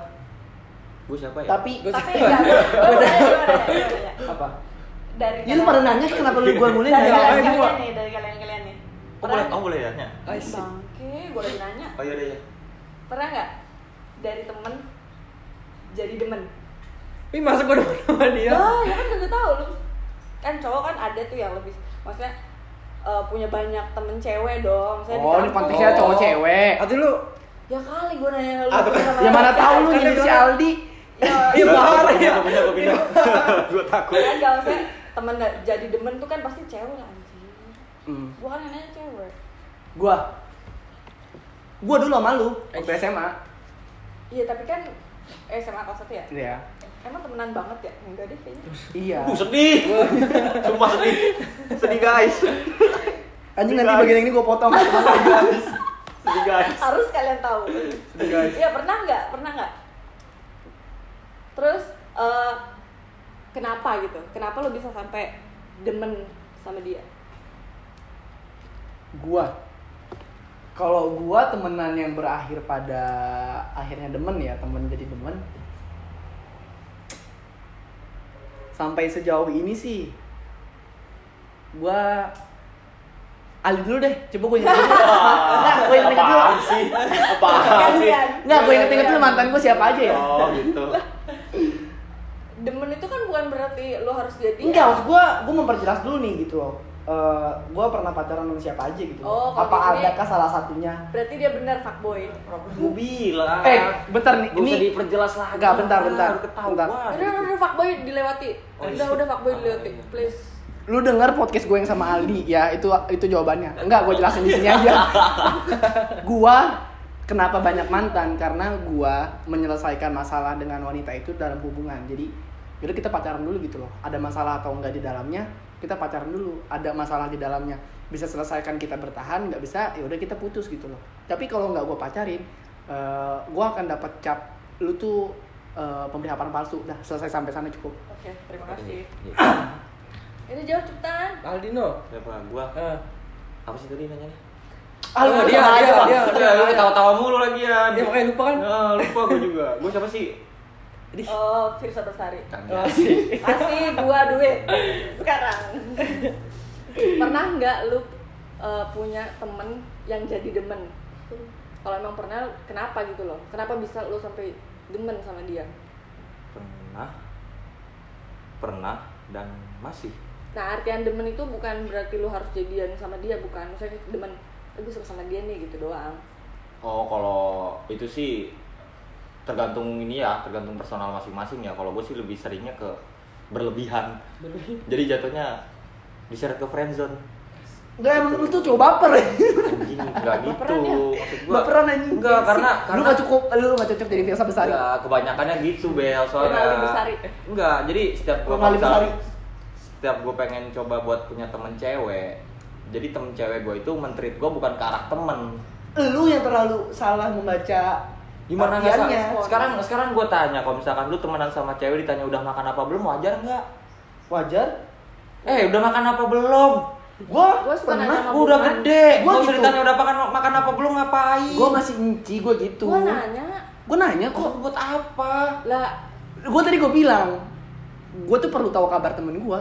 [SPEAKER 2] Gue siapa ya?
[SPEAKER 1] tapi
[SPEAKER 4] Gua-
[SPEAKER 3] tapi enggak gue gue tanya gue tanya, gua tanya
[SPEAKER 1] apa?
[SPEAKER 3] dari
[SPEAKER 1] Ya, lu pada nanya kenapa lu gue mulai nanya?
[SPEAKER 3] dari
[SPEAKER 4] Iya,
[SPEAKER 3] kalian
[SPEAKER 4] iya,
[SPEAKER 3] kalian
[SPEAKER 4] iya.
[SPEAKER 3] nih dari kalian kalian nih
[SPEAKER 2] Oh, boleh, oh, boleh nanya?
[SPEAKER 4] Ais.
[SPEAKER 3] bangke gue lagi nanya
[SPEAKER 2] Oh, iya, iya. iya.
[SPEAKER 3] pernah nggak dari temen jadi demen
[SPEAKER 4] Ini masuk gua dulu sama
[SPEAKER 1] Iya.
[SPEAKER 4] dia
[SPEAKER 3] Wah, ya kan gak tau lu kan cowok kan ada tuh yang lebih maksudnya eh, punya banyak temen cewek dong saya
[SPEAKER 1] Oh, ini pantasnya
[SPEAKER 4] Oh.
[SPEAKER 1] cowok cewek.
[SPEAKER 4] Atau lu
[SPEAKER 3] ya kali gue nanya lu
[SPEAKER 4] Ah, tuh.
[SPEAKER 3] pernah
[SPEAKER 1] Ya mana
[SPEAKER 3] nanya.
[SPEAKER 1] tahu lu
[SPEAKER 4] Kan
[SPEAKER 1] jadi
[SPEAKER 4] dia
[SPEAKER 1] si
[SPEAKER 4] bilang-
[SPEAKER 1] Aldi.
[SPEAKER 3] Ya,
[SPEAKER 4] Iya, parah
[SPEAKER 2] Gue
[SPEAKER 4] ya.
[SPEAKER 2] pindah, gue pindah, gue pindah. Gue takut.
[SPEAKER 3] kan gak maksudnya temen nggak jadi demen tuh kan pasti cewek lah anjing
[SPEAKER 1] Hmm.
[SPEAKER 3] gue kan yang nanya cewek
[SPEAKER 1] Gua gua dulu sama lu waktu SMA.
[SPEAKER 3] iya tapi kan eh, SMA kelas satu ya
[SPEAKER 1] Iya.
[SPEAKER 3] emang temenan banget ya enggak deh kayaknya
[SPEAKER 1] Iya.
[SPEAKER 2] Uh, sedih. Sumpah sedih. Sedih, guys.
[SPEAKER 1] Anjing nanti bagian ini gua potong.
[SPEAKER 2] Sedih, guys.
[SPEAKER 3] harus kalian tahu
[SPEAKER 1] Sedih, guys.
[SPEAKER 3] iya pernah nggak pernah nggak terus eh, kenapa gitu kenapa lo bisa sampai demen sama dia
[SPEAKER 1] gua kalau gua temenan yang berakhir pada akhirnya demen ya temen jadi demen sampai sejauh ini sih gua Ali dulu deh, coba gue
[SPEAKER 2] *laughs*
[SPEAKER 1] inget dulu Enggak, gue inget-inget dulu
[SPEAKER 2] Apaan sih? Apaan sih?
[SPEAKER 3] Kalian.
[SPEAKER 1] Enggak, gue inget-inget dulu mantan gue siapa aja ya
[SPEAKER 2] Oh, gitu.
[SPEAKER 3] demen itu kan bukan berarti lo harus jadi ya.
[SPEAKER 1] Enggak, maksud gue, gue memperjelas dulu nih gitu loh Eh, Gue pernah pacaran sama siapa aja gitu
[SPEAKER 3] Oh, kalau
[SPEAKER 1] Apa
[SPEAKER 3] ini-
[SPEAKER 1] adakah salah satunya
[SPEAKER 3] berarti dia benar fuckboy
[SPEAKER 2] Gue bilang.
[SPEAKER 1] Eh, bentar nih,
[SPEAKER 2] Gak usah
[SPEAKER 1] ini
[SPEAKER 2] diperjelas lagi.
[SPEAKER 1] Enggak, bentar, bentar,
[SPEAKER 2] Baru ketahuan. Iya,
[SPEAKER 1] bentar.
[SPEAKER 3] udah udah udah fuckboy dilewati
[SPEAKER 2] Oh,
[SPEAKER 3] udah
[SPEAKER 2] iya.
[SPEAKER 3] udah fuckboy
[SPEAKER 2] Oh,
[SPEAKER 3] dilewati
[SPEAKER 2] iya.
[SPEAKER 3] please
[SPEAKER 1] lu denger podcast gue yang sama Aldi ya itu itu jawabannya enggak gue jelasin di sini aja gua kenapa banyak mantan karena gua menyelesaikan masalah dengan wanita itu dalam hubungan jadi yaudah kita pacaran dulu gitu loh ada masalah atau enggak di dalamnya kita pacaran dulu ada masalah di dalamnya bisa selesaikan kita bertahan nggak bisa yaudah kita putus gitu loh tapi kalau nggak gua pacarin eh, gua akan dapat cap lu tuh eh, pemberitahuan palsu dah selesai sampai sana cukup
[SPEAKER 3] oke terima kasih
[SPEAKER 2] Iya.
[SPEAKER 1] *clears throat*
[SPEAKER 3] ini jawab cepetan
[SPEAKER 4] Aldino
[SPEAKER 2] Siapa? Gua.
[SPEAKER 4] Ah.
[SPEAKER 2] Apa sih tadi nanyanya?
[SPEAKER 1] ah lu
[SPEAKER 4] Oh, dia-
[SPEAKER 1] sama aja
[SPEAKER 4] dia-
[SPEAKER 1] Bang.
[SPEAKER 4] dia-
[SPEAKER 2] Udah, lu ketawa-tawa mulu lagi ya.
[SPEAKER 4] Iya, makanya lupa kan?
[SPEAKER 2] Nah, lupa gue juga. Gue siapa sih?
[SPEAKER 3] oh
[SPEAKER 1] *laughs*
[SPEAKER 3] Firsa Bersari
[SPEAKER 4] Oh,
[SPEAKER 1] Ah.
[SPEAKER 2] Kagak.
[SPEAKER 3] Iya.
[SPEAKER 4] *laughs* sih.
[SPEAKER 1] *laughs*
[SPEAKER 3] kasih gua duit sekarang pernah nggak lu eh, punya temen yang jadi demen kalau emang pernah kenapa gitu loh kenapa bisa lo sampai demen sama dia
[SPEAKER 2] pernah pernah dan masih
[SPEAKER 3] nah artian demen itu bukan berarti lo harus jadian sama dia bukan maksudnya demen "Eh, gue suka sama dia nih gitu doang
[SPEAKER 2] oh kalau itu sih tergantung ini ya tergantung personal masing-masing ya kalau gue sih lebih seringnya ke berlebihan jadi jatuhnya diseret ke friendzone
[SPEAKER 1] Enggak emang lu tuh cowok baper ya.
[SPEAKER 2] anjing nggak gitu
[SPEAKER 3] Baperan ya?
[SPEAKER 2] maksud gue
[SPEAKER 1] Baperan anjing.
[SPEAKER 2] enggak karena
[SPEAKER 1] lu
[SPEAKER 2] karena
[SPEAKER 1] gak cukup Iya, lu gak cocok jadi Fiersa besar.
[SPEAKER 2] Enggak, kebanyakannya gitu Bel soalnya.
[SPEAKER 3] Ronaldo Besari.
[SPEAKER 2] Enggak, jadi setiap gua
[SPEAKER 1] Ronaldo
[SPEAKER 2] misal-
[SPEAKER 1] Besari.
[SPEAKER 2] setiap gua pengen coba buat punya temen cewek. Jadi temen cewek gua itu mentreat gua bukan ke arah temen.
[SPEAKER 1] Lu yang terlalu salah membaca
[SPEAKER 2] Gimana nggak
[SPEAKER 1] artiannya.
[SPEAKER 2] sa- Sekarang sekarang gua tanya kalau misalkan lu temenan sama cewek ditanya udah makan apa belum wajar nggak?
[SPEAKER 1] wajar.
[SPEAKER 2] Eh, udah makan apa belum?
[SPEAKER 1] Gua,
[SPEAKER 3] Gua suka nanya
[SPEAKER 1] pernah
[SPEAKER 3] sama
[SPEAKER 2] Gua udah
[SPEAKER 3] Bukan.
[SPEAKER 2] gede,
[SPEAKER 1] Gua
[SPEAKER 2] gua usah
[SPEAKER 1] gitu.
[SPEAKER 2] ditanya udah makan makan apa belum ngapain?
[SPEAKER 1] Gue masih inci gue gitu.
[SPEAKER 3] gue nanya
[SPEAKER 1] Gue nanya
[SPEAKER 2] Maksud
[SPEAKER 1] kok.
[SPEAKER 2] buat apa?
[SPEAKER 3] lah
[SPEAKER 1] Gue tadi gue bilang, gue tuh perlu tahu kabar temen gue.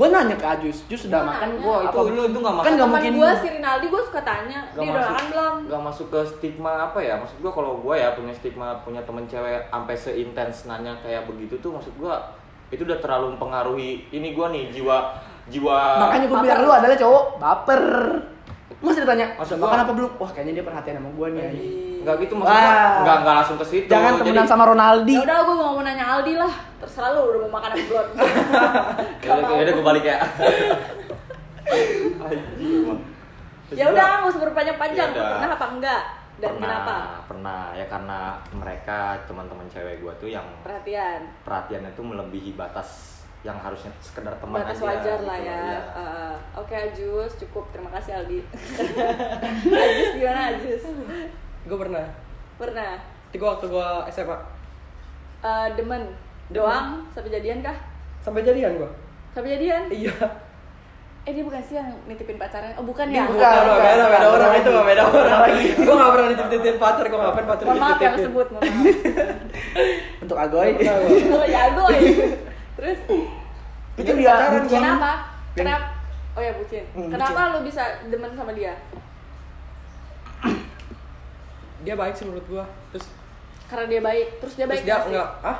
[SPEAKER 1] Gue nanya ke Ajus, Jus sudah
[SPEAKER 3] Gua
[SPEAKER 1] makan
[SPEAKER 3] nanya.
[SPEAKER 1] gue
[SPEAKER 2] Wah, itu
[SPEAKER 1] apa?
[SPEAKER 2] lu itu
[SPEAKER 1] Kan
[SPEAKER 2] nggak makan
[SPEAKER 1] nggak
[SPEAKER 3] teman
[SPEAKER 1] mungkin-
[SPEAKER 3] gue si Rinaldi gue suka tanya
[SPEAKER 2] gak
[SPEAKER 3] dia udah makan belum
[SPEAKER 2] gak masuk ke stigma apa ya maksud gua kalau gua ya punya stigma punya temen cewek sampai seintens nanya kayak begitu tuh maksud gua itu udah terlalu mempengaruhi ini gua nih jiwa jiwa
[SPEAKER 1] Makanya gue
[SPEAKER 3] baper.
[SPEAKER 1] bilang lu adalah cowok baper. Mas ditanya,
[SPEAKER 2] Maksud
[SPEAKER 1] udah
[SPEAKER 2] gua-
[SPEAKER 1] makan apa belum? Wah kayaknya dia perhatian sama gue nih. anjing.
[SPEAKER 2] nggak gitu maksud gua
[SPEAKER 1] Wah.
[SPEAKER 2] nggak nggak langsung ke situ
[SPEAKER 1] Jangan temenan sama Ronaldi.
[SPEAKER 3] ya udah gue mau mau nanya Aldi lah terserah lu udah mau makan apa belum
[SPEAKER 1] *laughs*
[SPEAKER 2] yaudah, yaudah gua
[SPEAKER 3] *laughs*
[SPEAKER 2] balik ya Anjing, emang. Maksud
[SPEAKER 3] ya
[SPEAKER 2] gua-
[SPEAKER 3] udah nggak usah berpanjang-panjang
[SPEAKER 2] Ya udah.
[SPEAKER 3] pernah apa enggak dan
[SPEAKER 2] pernah,
[SPEAKER 3] kenapa
[SPEAKER 2] pernah ya karena mereka teman-teman cewek gua tuh yang
[SPEAKER 3] perhatian
[SPEAKER 2] perhatiannya tuh melebihi batas yang harusnya sekedar teman
[SPEAKER 3] batas
[SPEAKER 2] aja,
[SPEAKER 3] wajar
[SPEAKER 2] gitu
[SPEAKER 3] lah
[SPEAKER 2] loh,
[SPEAKER 3] ya.
[SPEAKER 2] iya.
[SPEAKER 3] Uh, Oke Ajus, cukup. Terima kasih Aldi. *laughs* Ajus gimana Ajus?
[SPEAKER 4] gue pernah
[SPEAKER 3] Pernah
[SPEAKER 4] di gua waktu gue SMA
[SPEAKER 3] uh, demen doang sampai jadian kah?
[SPEAKER 4] sampai jadian gue
[SPEAKER 3] Sampai jadian?
[SPEAKER 4] iya
[SPEAKER 3] Eh dia bukan sih yang nitipin pacarnya? Oh bukan
[SPEAKER 1] Dia
[SPEAKER 3] ya?
[SPEAKER 1] bukan.
[SPEAKER 4] Beda, beda, beda orang itu beda orang
[SPEAKER 1] Lagi.
[SPEAKER 4] gue gak pernah dititipin pacar gue gak pernah pacar
[SPEAKER 3] Mohon maaf yang
[SPEAKER 4] dititipin.
[SPEAKER 3] sebut. mohon maaf.
[SPEAKER 1] Untuk Agoy.
[SPEAKER 4] *laughs* Pernah gua.
[SPEAKER 3] Oh jago ya. Terus
[SPEAKER 1] Itu dia.
[SPEAKER 4] Pacaran,
[SPEAKER 3] kan?
[SPEAKER 1] bucin.
[SPEAKER 3] kenapa?
[SPEAKER 1] Yang-
[SPEAKER 3] Kenapa? Oh ya bucin.
[SPEAKER 1] Hmm,
[SPEAKER 3] Kenapa lu bisa demen sama dia?
[SPEAKER 4] dia baik sih menurut gue terus
[SPEAKER 3] Karena dia baik. Terus dia
[SPEAKER 4] terus
[SPEAKER 3] baik
[SPEAKER 4] dia
[SPEAKER 3] nggak sih?
[SPEAKER 4] enggak ah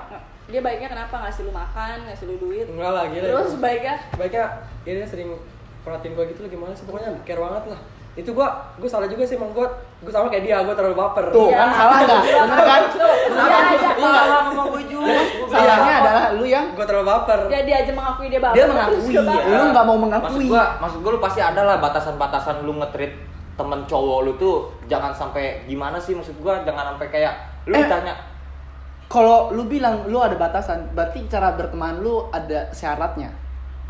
[SPEAKER 3] Dia baiknya kenapa ngasih lu makan, ngasih lu duit?
[SPEAKER 4] enggak iya, lah gila
[SPEAKER 3] Terus baiknya
[SPEAKER 4] baiknya ya dia sering perhatiin gue gitu lah gimana sih pokoknya care banget lah itu gue gue salah juga sih emang gue gue sama kayak dia gue terlalu baper Iya.
[SPEAKER 1] Tuh kan salah nggak? Bener kan?
[SPEAKER 3] Iya. Dia aja,
[SPEAKER 2] Lu nggak
[SPEAKER 1] iya.
[SPEAKER 2] salah sama gue juga.
[SPEAKER 1] Salahnya adalah lu yang
[SPEAKER 4] gue terlalu baper
[SPEAKER 3] dia dia aja mengakui dia baper.
[SPEAKER 1] dia mengakui,
[SPEAKER 3] Terus dia
[SPEAKER 2] iya.
[SPEAKER 3] baper.
[SPEAKER 1] lu nggak mau
[SPEAKER 2] Maksud
[SPEAKER 1] mengakui.
[SPEAKER 2] gua, maksud gua lu pasti ada lah batasan-batasan lu ngetrit temen cowok lu tuh jangan sampai gimana sih maksud gua jangan sampai kayak lu
[SPEAKER 1] Eh.
[SPEAKER 2] ditanya
[SPEAKER 1] Kalau lu bilang lu ada batasan, berarti cara berteman lu ada syaratnya.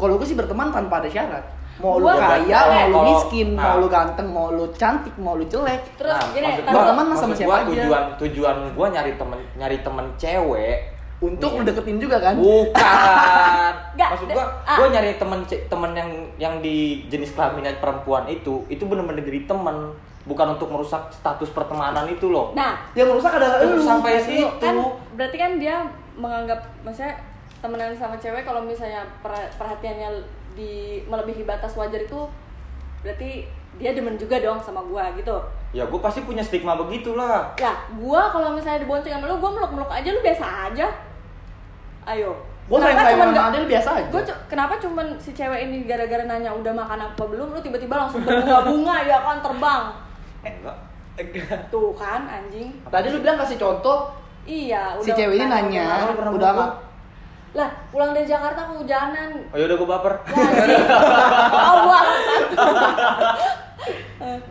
[SPEAKER 1] Kalau gue sih berteman tanpa ada syarat. Mau lu
[SPEAKER 3] Gua-
[SPEAKER 1] kaya,
[SPEAKER 3] boleh.
[SPEAKER 1] mau lu
[SPEAKER 2] Kalau-
[SPEAKER 1] miskin, mau
[SPEAKER 2] nah.
[SPEAKER 1] lu ganteng, mau lu cantik, mau lu jelek.
[SPEAKER 3] Terus gini,
[SPEAKER 2] maksud
[SPEAKER 3] tar
[SPEAKER 2] gua-
[SPEAKER 1] berteman mah sama
[SPEAKER 2] maksud
[SPEAKER 1] siapa
[SPEAKER 2] gua,
[SPEAKER 1] aja.
[SPEAKER 2] tujuan tujuan gua nyari temen nyari temen cewek
[SPEAKER 1] Untuk
[SPEAKER 2] Nih.
[SPEAKER 1] lu deketin juga kan?
[SPEAKER 2] Bukan.
[SPEAKER 3] Nggak,
[SPEAKER 2] Maksud gua,
[SPEAKER 3] ah.
[SPEAKER 2] gua nyari temen ce- temen yang yang di jenis kelaminnya perempuan itu, itu bener-bener jadi temen, bukan untuk merusak status pertemanan itu loh.
[SPEAKER 3] Nah,
[SPEAKER 1] Yang merusak adalah lu.
[SPEAKER 2] Terus sampai
[SPEAKER 3] itu
[SPEAKER 2] situ.
[SPEAKER 3] kan berarti kan dia menganggap maksudnya temenan sama cewek kalau misalnya per- perhatiannya di melebihi batas wajar itu berarti dia demen juga dong sama gua gitu.
[SPEAKER 2] Ya gua pasti punya stigma begitulah.
[SPEAKER 3] Ya, gua kalau misalnya dibonceng sama lu, gua meluk-meluk aja lu biasa aja. Ayo.
[SPEAKER 1] Gue sayang
[SPEAKER 3] Kenapa
[SPEAKER 1] sayang
[SPEAKER 3] cuman
[SPEAKER 1] sama
[SPEAKER 3] nggak-
[SPEAKER 1] Adel biasa aja.
[SPEAKER 3] Gue kenapa cuman si cewek ini gara-gara nanya udah makan apa belum, lu tiba-tiba langsung berbunga-bunga *laughs* ya kan terbang.
[SPEAKER 2] Eh, Enggak.
[SPEAKER 3] Tuh kan anjing.
[SPEAKER 1] Tadi lu bilang kasih contoh,
[SPEAKER 3] Iya, udah
[SPEAKER 1] si cewek ini
[SPEAKER 3] makan,
[SPEAKER 1] nanya,
[SPEAKER 3] udah makan.
[SPEAKER 2] pernah
[SPEAKER 1] udah
[SPEAKER 2] mukul?
[SPEAKER 1] nggak?
[SPEAKER 3] Lah, pulang dari Jakarta kehujanan.
[SPEAKER 2] Oh yaudah gua baper.
[SPEAKER 3] Ya, anjing.
[SPEAKER 1] *laughs*
[SPEAKER 3] Allah.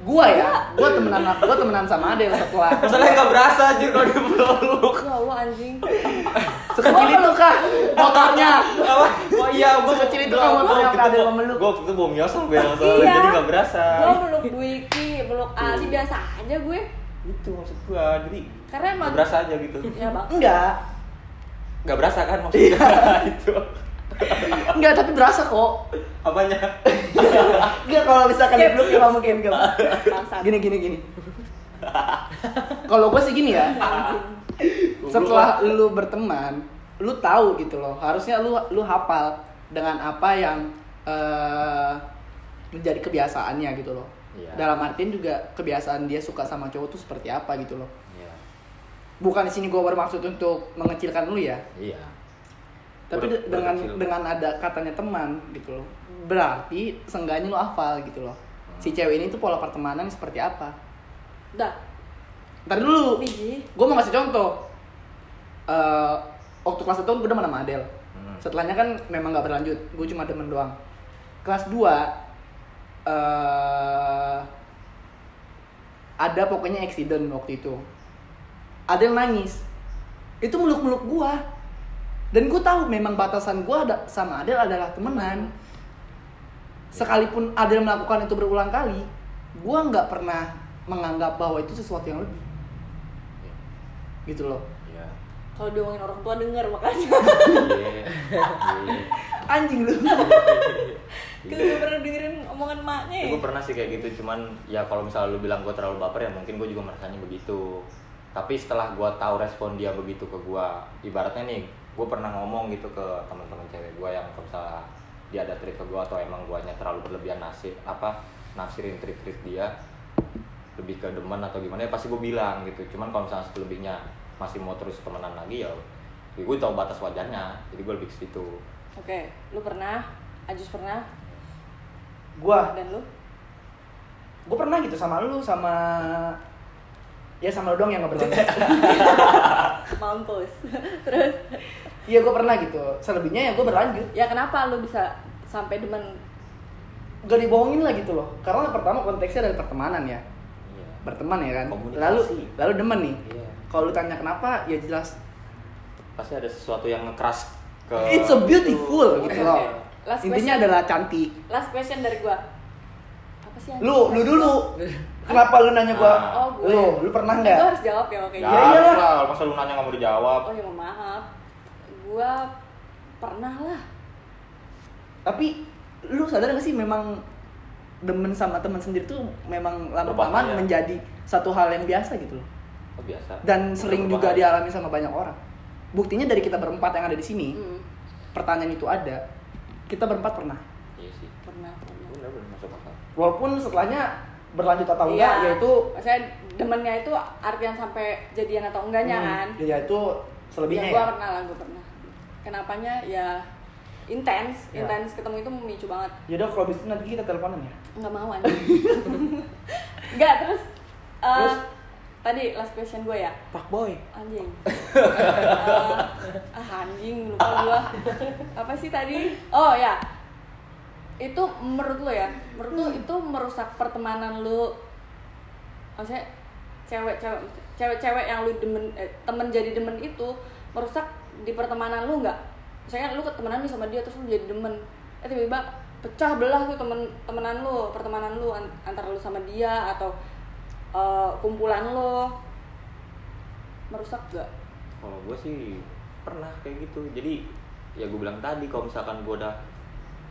[SPEAKER 1] Gua ya, gua temenan, gua temenan sama Adel setelah
[SPEAKER 2] *laughs* Masalahnya nggak berasa anjir kalau dipeluk.
[SPEAKER 3] Ya Allah anjing.
[SPEAKER 1] sekecil itu kah motornya?
[SPEAKER 2] Apa? Wah iya, gua
[SPEAKER 1] Sekecil itu kan motor yang ada yang memeluk.
[SPEAKER 2] Gua waktu itu bom nyosong bel soalnya
[SPEAKER 3] Iya.
[SPEAKER 2] jadi nggak berasa.
[SPEAKER 3] Gue meluk Dwiki, meluk Aldi biasa aja gue.
[SPEAKER 2] Itu maksud gua. Jadi
[SPEAKER 3] Karena emang
[SPEAKER 2] nggak berasa aja gitu.
[SPEAKER 3] ya bang.
[SPEAKER 1] Enggak,
[SPEAKER 2] Nggak berasa kan maksudnya *laughs* itu.
[SPEAKER 1] enggak tapi berasa kok.
[SPEAKER 2] Apanya?
[SPEAKER 1] Enggak kalau misalkan
[SPEAKER 3] Skip,
[SPEAKER 1] dipeluk ya nggak mungkin enggak.
[SPEAKER 3] Bangsat.
[SPEAKER 1] Gini gini gini. Kalau gua sih gini ya,
[SPEAKER 3] Anjing.
[SPEAKER 1] setelah lu berteman, lu tahu gitu loh. Harusnya lu lu hafal dengan apa yang eh, menjadi kebiasaannya gitu loh.
[SPEAKER 2] Iya.
[SPEAKER 1] Dalam artian juga kebiasaan dia suka sama cowok tuh seperti apa gitu loh.
[SPEAKER 2] Iya.
[SPEAKER 1] Bukan di sini gue bermaksud untuk mengecilkan lu ya,
[SPEAKER 2] Iya.
[SPEAKER 1] tapi
[SPEAKER 2] Ber-
[SPEAKER 1] de- dengan
[SPEAKER 2] berkecil.
[SPEAKER 1] dengan ada katanya teman gitu loh. Berarti seenggaknya lu hafal gitu loh. Si cewek ini tuh pola pertemanan seperti apa?
[SPEAKER 3] Dah,
[SPEAKER 1] Ntar dulu,
[SPEAKER 3] biji.
[SPEAKER 1] gue mau ngasih contoh. Eh, waktu kelas 1 gue demen sama Adele.
[SPEAKER 2] Hmm.
[SPEAKER 1] Setelahnya kan memang nggak berlanjut. Gue cuma demen doang. Kelas 2 eh ada pokoknya accident waktu itu. Adele nangis. Itu meluk-meluk gua. Dan gue tahu memang batasan gua ada sama Adele adalah temenan. Sekalipun Adele melakukan itu berulang kali, gua nggak pernah menganggap bahwa itu sesuatu yang lebih gitu loh.
[SPEAKER 2] Iya.
[SPEAKER 3] Kalau diomongin orang tua denger makanya.
[SPEAKER 1] *laughs*
[SPEAKER 2] Iya. Iya.
[SPEAKER 1] Anjing lu.
[SPEAKER 3] Kita gak pernah dengerin omongan maknya ya.
[SPEAKER 2] gue pernah sih kayak gitu cuman ya kalau misalnya lu bilang gue terlalu baper ya mungkin gue juga merasanya begitu tapi setelah gue tahu respon dia begitu ke gue ibaratnya nih gue pernah ngomong gitu ke teman-teman cewek gue yang kalau misalnya dia ada trik ke gue atau emang guanya terlalu berlebihan nasib apa nafsirin trik-trik dia lebih ke demen atau gimana ya pasti gue bilang gitu cuman kalau misalnya selebihnya masih mau terus temenan lagi ya gue tahu batas wajarnya jadi gue lebih ke situ
[SPEAKER 3] Oke, lu pernah, Ajus pernah,
[SPEAKER 1] *laughs* gua
[SPEAKER 3] dan lu?
[SPEAKER 1] gua pernah gitu sama lu sama ya sama lu dong yang nggak
[SPEAKER 3] *laughs*
[SPEAKER 1] berlanjut.
[SPEAKER 3] Mampus. *laughs* Terus,
[SPEAKER 1] Iya gua pernah gitu. Selebihnya ya gua berlanjut.
[SPEAKER 3] ya kenapa lu bisa sampai demen?
[SPEAKER 1] Gak dibohongin lah gitu loh. Karena pertama konteksnya dari pertemanan ya.
[SPEAKER 2] iya
[SPEAKER 1] Berteman ya kan.
[SPEAKER 2] Komunikasi.
[SPEAKER 1] Lalu lalu demen nih.
[SPEAKER 2] Iya.
[SPEAKER 1] Kalau lu tanya kenapa ya jelas
[SPEAKER 2] pasti ada sesuatu yang ngekeras ke
[SPEAKER 1] it's a beautiful
[SPEAKER 3] Oke,
[SPEAKER 1] gitu loh.
[SPEAKER 3] oke. Last
[SPEAKER 1] Intinya
[SPEAKER 3] question.
[SPEAKER 1] adalah cantik.
[SPEAKER 3] Last question dari gua. Apa sih? Ajus?
[SPEAKER 1] Lu lu dulu.
[SPEAKER 3] *laughs*
[SPEAKER 1] Kenapa lu nanya gua?
[SPEAKER 2] Ah.
[SPEAKER 3] Oh, gue.
[SPEAKER 1] Lu lu pernah
[SPEAKER 3] Gua
[SPEAKER 1] nggak?
[SPEAKER 3] harus jawab ya oke.
[SPEAKER 2] Ya,
[SPEAKER 1] Iya, iyalah.
[SPEAKER 2] lah, masa lu nanya gak mau dijawab
[SPEAKER 3] Oh ya mohon maaf. Gua pernah lah.
[SPEAKER 1] Tapi lu sadar gak sih memang demen sama teman sendiri tuh memang
[SPEAKER 2] Berbahaya.
[SPEAKER 1] lama-lama menjadi satu hal yang biasa gitu loh.
[SPEAKER 2] Oh, biasa
[SPEAKER 1] dan sering
[SPEAKER 2] Berbahaya.
[SPEAKER 1] juga dialami sama banyak orang. Buktinya dari kita berempat yang ada di sini,
[SPEAKER 3] Hmm,
[SPEAKER 1] pertanyaan itu ada. Kita berempat pernah.
[SPEAKER 2] Iya sih
[SPEAKER 3] pernah, pernah.
[SPEAKER 2] Bener, bener, masuk akal
[SPEAKER 1] Walaupun setelahnya berlanjut atau enggak,
[SPEAKER 3] Iya.
[SPEAKER 1] ya itu
[SPEAKER 3] maksudnya demennya itu artian sampai jadian atau enggaknya
[SPEAKER 1] Hmm,
[SPEAKER 3] kan?
[SPEAKER 1] Ya itu selebihnya
[SPEAKER 3] ya,
[SPEAKER 1] ya.
[SPEAKER 3] gua pernah lah, gua pernah. Kenapanya ya intens,
[SPEAKER 1] Ya.
[SPEAKER 3] intens ketemu itu memicu banget.
[SPEAKER 1] Yaudah kalau bisa nanti kita teleponan ya.
[SPEAKER 3] Nggak mau aja.
[SPEAKER 1] *laughs*
[SPEAKER 3] Nggak terus. eh,
[SPEAKER 1] Terus?
[SPEAKER 3] tadi last question gue ya
[SPEAKER 1] Pak boy.
[SPEAKER 3] anjing *laughs* Eh, ah anjing lupa gua apa sih tadi oh ya itu menurut lo ya menurut lo itu merusak pertemanan lo maksudnya cewek-cewek cewek-cewek yang lu demen eh, temen jadi demen itu merusak di pertemanan lu nggak misalnya lu ketemenan nih sama dia terus lu jadi demen eh tiba-tiba pecah belah tuh temen temenan lu pertemanan lu an- antara lu sama dia atau eh, kumpulan lu merusak gak
[SPEAKER 2] Kalau gue sih pernah kayak gitu Jadi ya gue bilang tadi kalau misalkan gue udah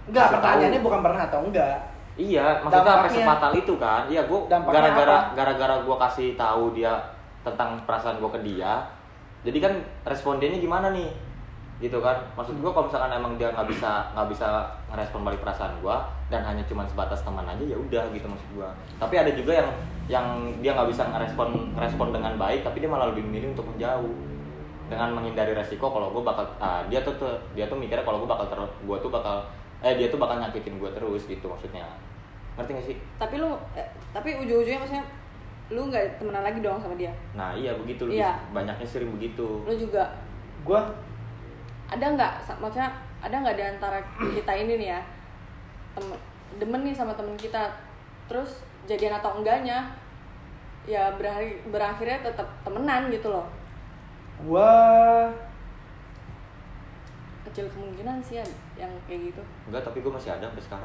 [SPEAKER 1] Enggak,
[SPEAKER 2] Kasih
[SPEAKER 1] pertanyaannya
[SPEAKER 2] tahu.
[SPEAKER 1] bukan pernah atau enggak.
[SPEAKER 2] Iya, maksudnya sampai
[SPEAKER 1] Dampaknya-
[SPEAKER 2] sefatal itu kan. Iya, gue
[SPEAKER 1] Dampaknya
[SPEAKER 2] gara-gara
[SPEAKER 1] apa?
[SPEAKER 2] gara-gara gue kasih tahu dia tentang perasaan gue ke dia. Jadi kan respon dia ini gimana nih? Gitu kan. Maksud gue kalau misalkan emang dia nggak bisa nggak bisa ngerespon balik perasaan gue dan hanya cuman sebatas teman aja ya udah gitu maksud gue. Tapi ada juga yang yang dia nggak bisa ngerespon ngerespon dengan baik tapi dia malah lebih memilih untuk menjauh dengan menghindari resiko kalau gue bakal ah, dia tuh, tuh dia tuh mikirnya kalau gue bakal terus gue tuh bakal eh dia tuh bakal nyakitin gue terus gitu maksudnya ngerti gak sih
[SPEAKER 3] tapi lu eh, tapi ujung-ujungnya maksudnya lu nggak temenan lagi dong sama dia
[SPEAKER 2] nah iya begitu lebih
[SPEAKER 3] Iya.
[SPEAKER 2] banyaknya sering begitu
[SPEAKER 3] lu juga
[SPEAKER 1] Gua
[SPEAKER 3] ada nggak sa- maksudnya ada nggak di antara kita ini nih ya temen, demen nih sama temen kita terus jadian atau enggaknya ya berhari, berakhirnya tetap temenan gitu loh
[SPEAKER 1] gua
[SPEAKER 3] kecil kemungkinan sih ya, yang kayak gitu
[SPEAKER 2] enggak tapi gue masih ada sampai sekarang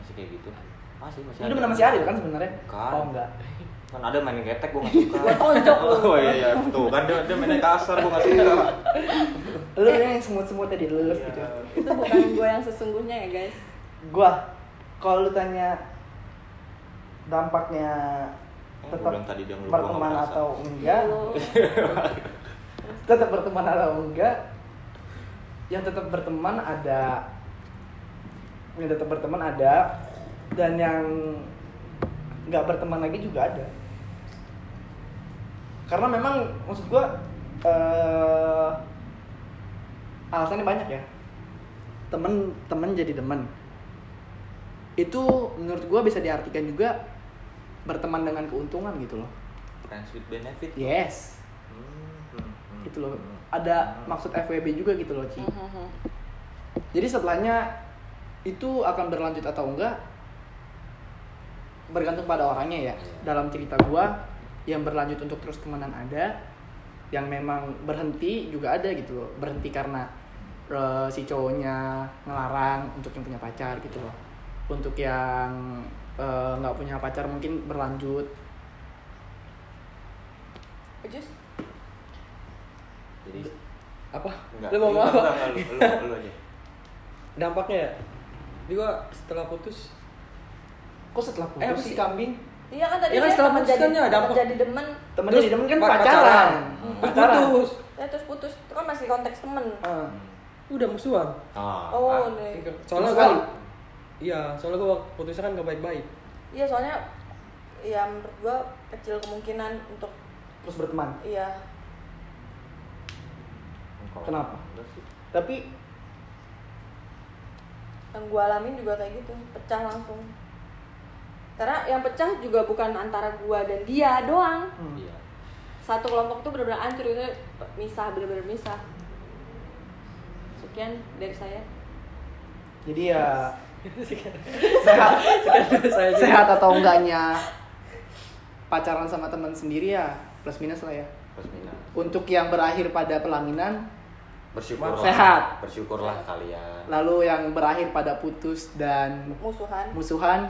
[SPEAKER 2] masih kayak gitu masih masih
[SPEAKER 1] Lu demen sama si Ariel kan sebenarnya?
[SPEAKER 2] Bukan.
[SPEAKER 1] Oh enggak.
[SPEAKER 2] kan ada main getek gue gak suka
[SPEAKER 3] Gua tonjok lu.
[SPEAKER 2] *laughs* oh iya iya tuh kan dia, dia mainnya kasar gue gak suka
[SPEAKER 1] Lu
[SPEAKER 2] Eh.
[SPEAKER 1] yang semut-semutnya dilelus
[SPEAKER 2] Iya.
[SPEAKER 1] gitu.
[SPEAKER 3] itu bukan gue yang sesungguhnya ya guys
[SPEAKER 1] Gua kalau lu tanya dampaknya
[SPEAKER 2] Eh,
[SPEAKER 1] tetap
[SPEAKER 2] gua bilang tadi dia meluk, gua
[SPEAKER 1] berteman
[SPEAKER 2] nggak merasa.
[SPEAKER 1] atau
[SPEAKER 4] Iya.
[SPEAKER 1] enggak
[SPEAKER 3] Lu- *laughs*
[SPEAKER 1] tetap berteman atau enggak yang tetap berteman ada yang tetap berteman ada dan yang nggak berteman lagi juga ada karena memang maksud gua eh alasannya banyak ya temen temen jadi temen itu menurut gua bisa diartikan juga berteman dengan keuntungan gitu loh
[SPEAKER 2] Friends with benefit.
[SPEAKER 1] yes
[SPEAKER 2] Hmm, hmm, hmm,
[SPEAKER 1] gitu loh
[SPEAKER 2] hmm.
[SPEAKER 1] ada maksud FWB juga gitu loh Ci
[SPEAKER 3] Mhm.
[SPEAKER 1] jadi setelahnya itu akan berlanjut atau enggak bergantung pada orangnya ya. Dalam cerita gua yang berlanjut untuk terus temenan ada, yang memang berhenti juga ada gitu loh. Berhenti karena eh, si cowoknya ngelarang untuk yang punya pacar gitu loh. Untuk yang eh, nggak punya pacar mungkin berlanjut.
[SPEAKER 3] Ujus?
[SPEAKER 2] Jadi
[SPEAKER 4] apa
[SPEAKER 2] enggak.
[SPEAKER 4] lu mau ngomong apa
[SPEAKER 2] enggak, enggak, lu- lu- lu aja.
[SPEAKER 4] dampaknya ya jadi gua setelah putus
[SPEAKER 1] Kok setelah
[SPEAKER 4] eh apa
[SPEAKER 1] putus
[SPEAKER 4] sih
[SPEAKER 1] sih?
[SPEAKER 4] kambing
[SPEAKER 3] Iya kan tadi
[SPEAKER 4] Iya kan,
[SPEAKER 3] dia
[SPEAKER 4] setelah
[SPEAKER 3] temen
[SPEAKER 4] putus kan ya, dampak.
[SPEAKER 3] temen jadi demen,
[SPEAKER 1] Temen
[SPEAKER 4] Terus
[SPEAKER 1] jadi temen kan
[SPEAKER 4] pa-
[SPEAKER 1] pacaran.
[SPEAKER 4] pacaran. terus
[SPEAKER 1] Pacaran.
[SPEAKER 4] putus
[SPEAKER 3] ya terus putus. Itu kan masih konteks temen.
[SPEAKER 1] Eh,
[SPEAKER 4] udah musuhan
[SPEAKER 2] Ah, ah.
[SPEAKER 3] Oh, nih.
[SPEAKER 4] soalnya
[SPEAKER 1] Terus
[SPEAKER 4] gua
[SPEAKER 1] sekali?
[SPEAKER 4] iya soalnya gua waktu putusnya kan gak baik-baik
[SPEAKER 3] Iya soalnya, ya menurut gua kecil kemungkinan untuk,
[SPEAKER 1] terus berteman.
[SPEAKER 3] iya
[SPEAKER 2] Kalau
[SPEAKER 1] Kenapa?
[SPEAKER 2] enggak sih.
[SPEAKER 1] Tapi
[SPEAKER 3] yang gue alamin juga kayak gitu pecah langsung karena yang pecah juga bukan antara gua dan dia doang
[SPEAKER 1] hmm,
[SPEAKER 2] Iya.
[SPEAKER 3] satu kelompok tuh bener-bener hancur itu misah bener-bener misah sekian dari saya
[SPEAKER 1] jadi ya sehat
[SPEAKER 4] *laughs* saya juga.
[SPEAKER 1] *laughs* sehat atau enggaknya pacaran sama teman sendiri ya plus minus lah ya
[SPEAKER 2] Plus minus.
[SPEAKER 1] untuk yang berakhir pada pelaminan
[SPEAKER 2] Bersyukurlah.
[SPEAKER 1] Sehat.
[SPEAKER 2] Bersyukurlah kalian.
[SPEAKER 1] lalu yang berakhir pada putus dan
[SPEAKER 3] musuhan
[SPEAKER 1] musuhan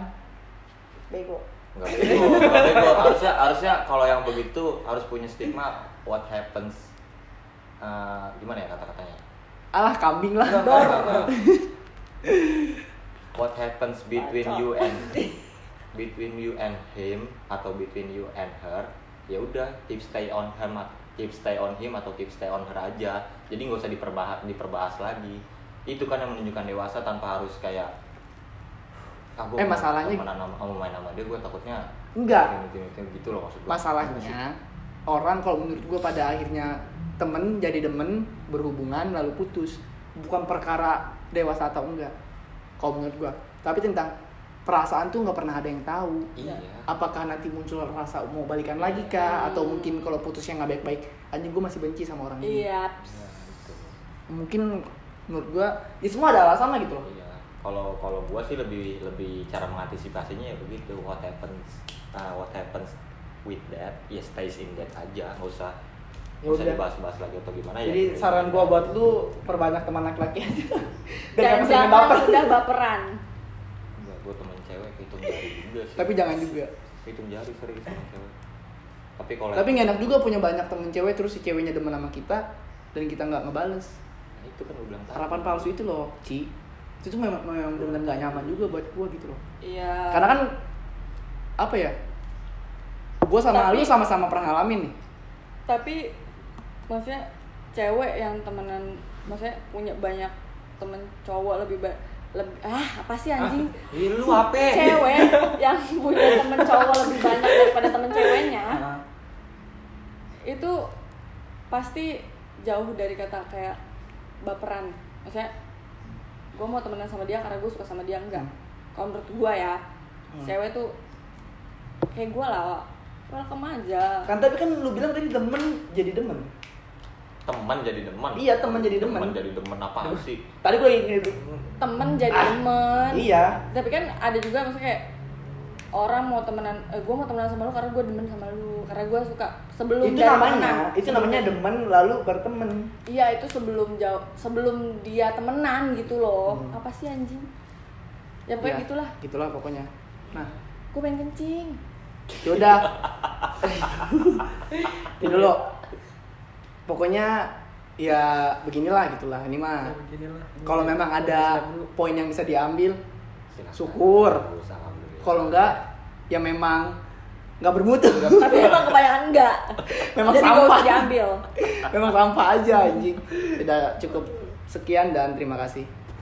[SPEAKER 3] bego
[SPEAKER 2] Enggak bego, enggak bego. Iya. Harusnya harusnya kalau yang begitu harus punya stigma what happens Eh, gimana ya kata-katanya?
[SPEAKER 1] alah kambing lah
[SPEAKER 2] What happens between you and between you and him atau between you and her? Ya udah, keep stay on him, keep stay on him atau keep stay on her aja. Jadi nggak usah diperbahas diperbahas lagi. Itu kan yang menunjukkan dewasa tanpa harus kayak ah, gua
[SPEAKER 1] Eh, masalahnya-
[SPEAKER 2] temenan sama, sama main sama dia gue takutnya
[SPEAKER 1] Enggak.
[SPEAKER 2] gini, gini, gini, gitu loh maksud gue
[SPEAKER 1] masalahnya orang kalau menurut gue pada akhirnya temen jadi demen berhubungan lalu putus bukan perkara dewasa atau enggak kalau menurut gue tapi tentang perasaan tuh nggak pernah ada yang tahu
[SPEAKER 2] iya
[SPEAKER 1] apakah nanti muncul rasa mau balikan lagi kah atau mungkin kalau putusnya nggak baik-baik anjing gue masih benci sama orang ini
[SPEAKER 2] Ya,
[SPEAKER 3] iya
[SPEAKER 2] gitu.
[SPEAKER 1] mungkin menurut gue ya semua ada alasan lah gitu loh
[SPEAKER 2] Iya. Kalau kalau gua sih lebih lebih cara mengantisipasinya ya begitu. What happens uh, what happens with that ya stays in that aja. Nggak usah nggak usah
[SPEAKER 1] Yaudah.
[SPEAKER 2] dibahas-bahas lagi atau gimana ya.
[SPEAKER 1] jadi saran gue buat lu perbanyak teman laki-laki aja
[SPEAKER 3] dan
[SPEAKER 1] nggak sering
[SPEAKER 3] jangan udah baperan
[SPEAKER 2] Enggak, gua temen cewek hitung jari juga sih.
[SPEAKER 1] tapi jangan juga
[SPEAKER 2] hitung jari serius sama cewek. Tapi kalau
[SPEAKER 1] tapi nggak enak juga punya banyak temen cewek terus si ceweknya demen sama kita dan kita nggak ngebales
[SPEAKER 2] Nah, itu kan gua bilang tadi.
[SPEAKER 1] harapan palsu itu loh Ci itu tuh memang memang benar nggak nyaman juga buat gue gitu loh
[SPEAKER 3] iya
[SPEAKER 1] karena kan apa ya gue sama
[SPEAKER 3] Tapi-
[SPEAKER 1] lu sama-sama pernah ngalamin nih
[SPEAKER 3] tapi maksudnya cewek yang temenan maksudnya punya banyak temen cowok lebih ba- lebih ah apa sih anjing
[SPEAKER 2] Ih, lu apa?
[SPEAKER 3] cewek yang punya temen cowok lebih banyak daripada temen ceweknya
[SPEAKER 1] Nah,
[SPEAKER 3] itu pasti jauh dari kata kayak baperan maksudnya gue mau temenan sama dia karena gue suka sama dia enggak kalau menurut gue ya cewek tuh kayak gue lah welcome aja
[SPEAKER 1] kan tapi kan lu bilang tadi demen jadi demen
[SPEAKER 2] Teman jadi demen.
[SPEAKER 1] Iya, teman jadi demen.
[SPEAKER 2] Teman jadi demen apa sih?
[SPEAKER 1] tadi gue lagi ngeliat
[SPEAKER 3] temen jadi
[SPEAKER 1] Ah,
[SPEAKER 3] temen
[SPEAKER 1] iya
[SPEAKER 3] tapi kan ada juga maksudnya kayak orang mau temenan eh, gue mau temenan sama lu karena gue demen sama lu karena gue suka sebelum
[SPEAKER 1] itu
[SPEAKER 3] dari
[SPEAKER 1] namanya
[SPEAKER 3] temenan.
[SPEAKER 1] itu namanya demen lalu berteman
[SPEAKER 3] Iya itu sebelum jauh sebelum dia temenan gitu loh.
[SPEAKER 1] Hmm.
[SPEAKER 3] Apa sih anjing? Ya pokoknya gitulah.
[SPEAKER 1] Iya, gitulah pokoknya nah
[SPEAKER 3] Gue pengen kencing.
[SPEAKER 1] yaudah itu dulu pokoknya ya beginilah gitulah ini mah kalau memang ada poin yang bisa diambil
[SPEAKER 2] Silakan.
[SPEAKER 1] Syukur.
[SPEAKER 2] Bagus, alhamdulillah.
[SPEAKER 1] kalau enggak ya memang nggak bermutu
[SPEAKER 3] Tapi *laughs* emang kebanyakan enggak.
[SPEAKER 1] Memang
[SPEAKER 3] Jadi nggak
[SPEAKER 1] sampah.
[SPEAKER 3] usah diambil.
[SPEAKER 1] memang sampah aja anjing tidak cukup sekian dan terima kasih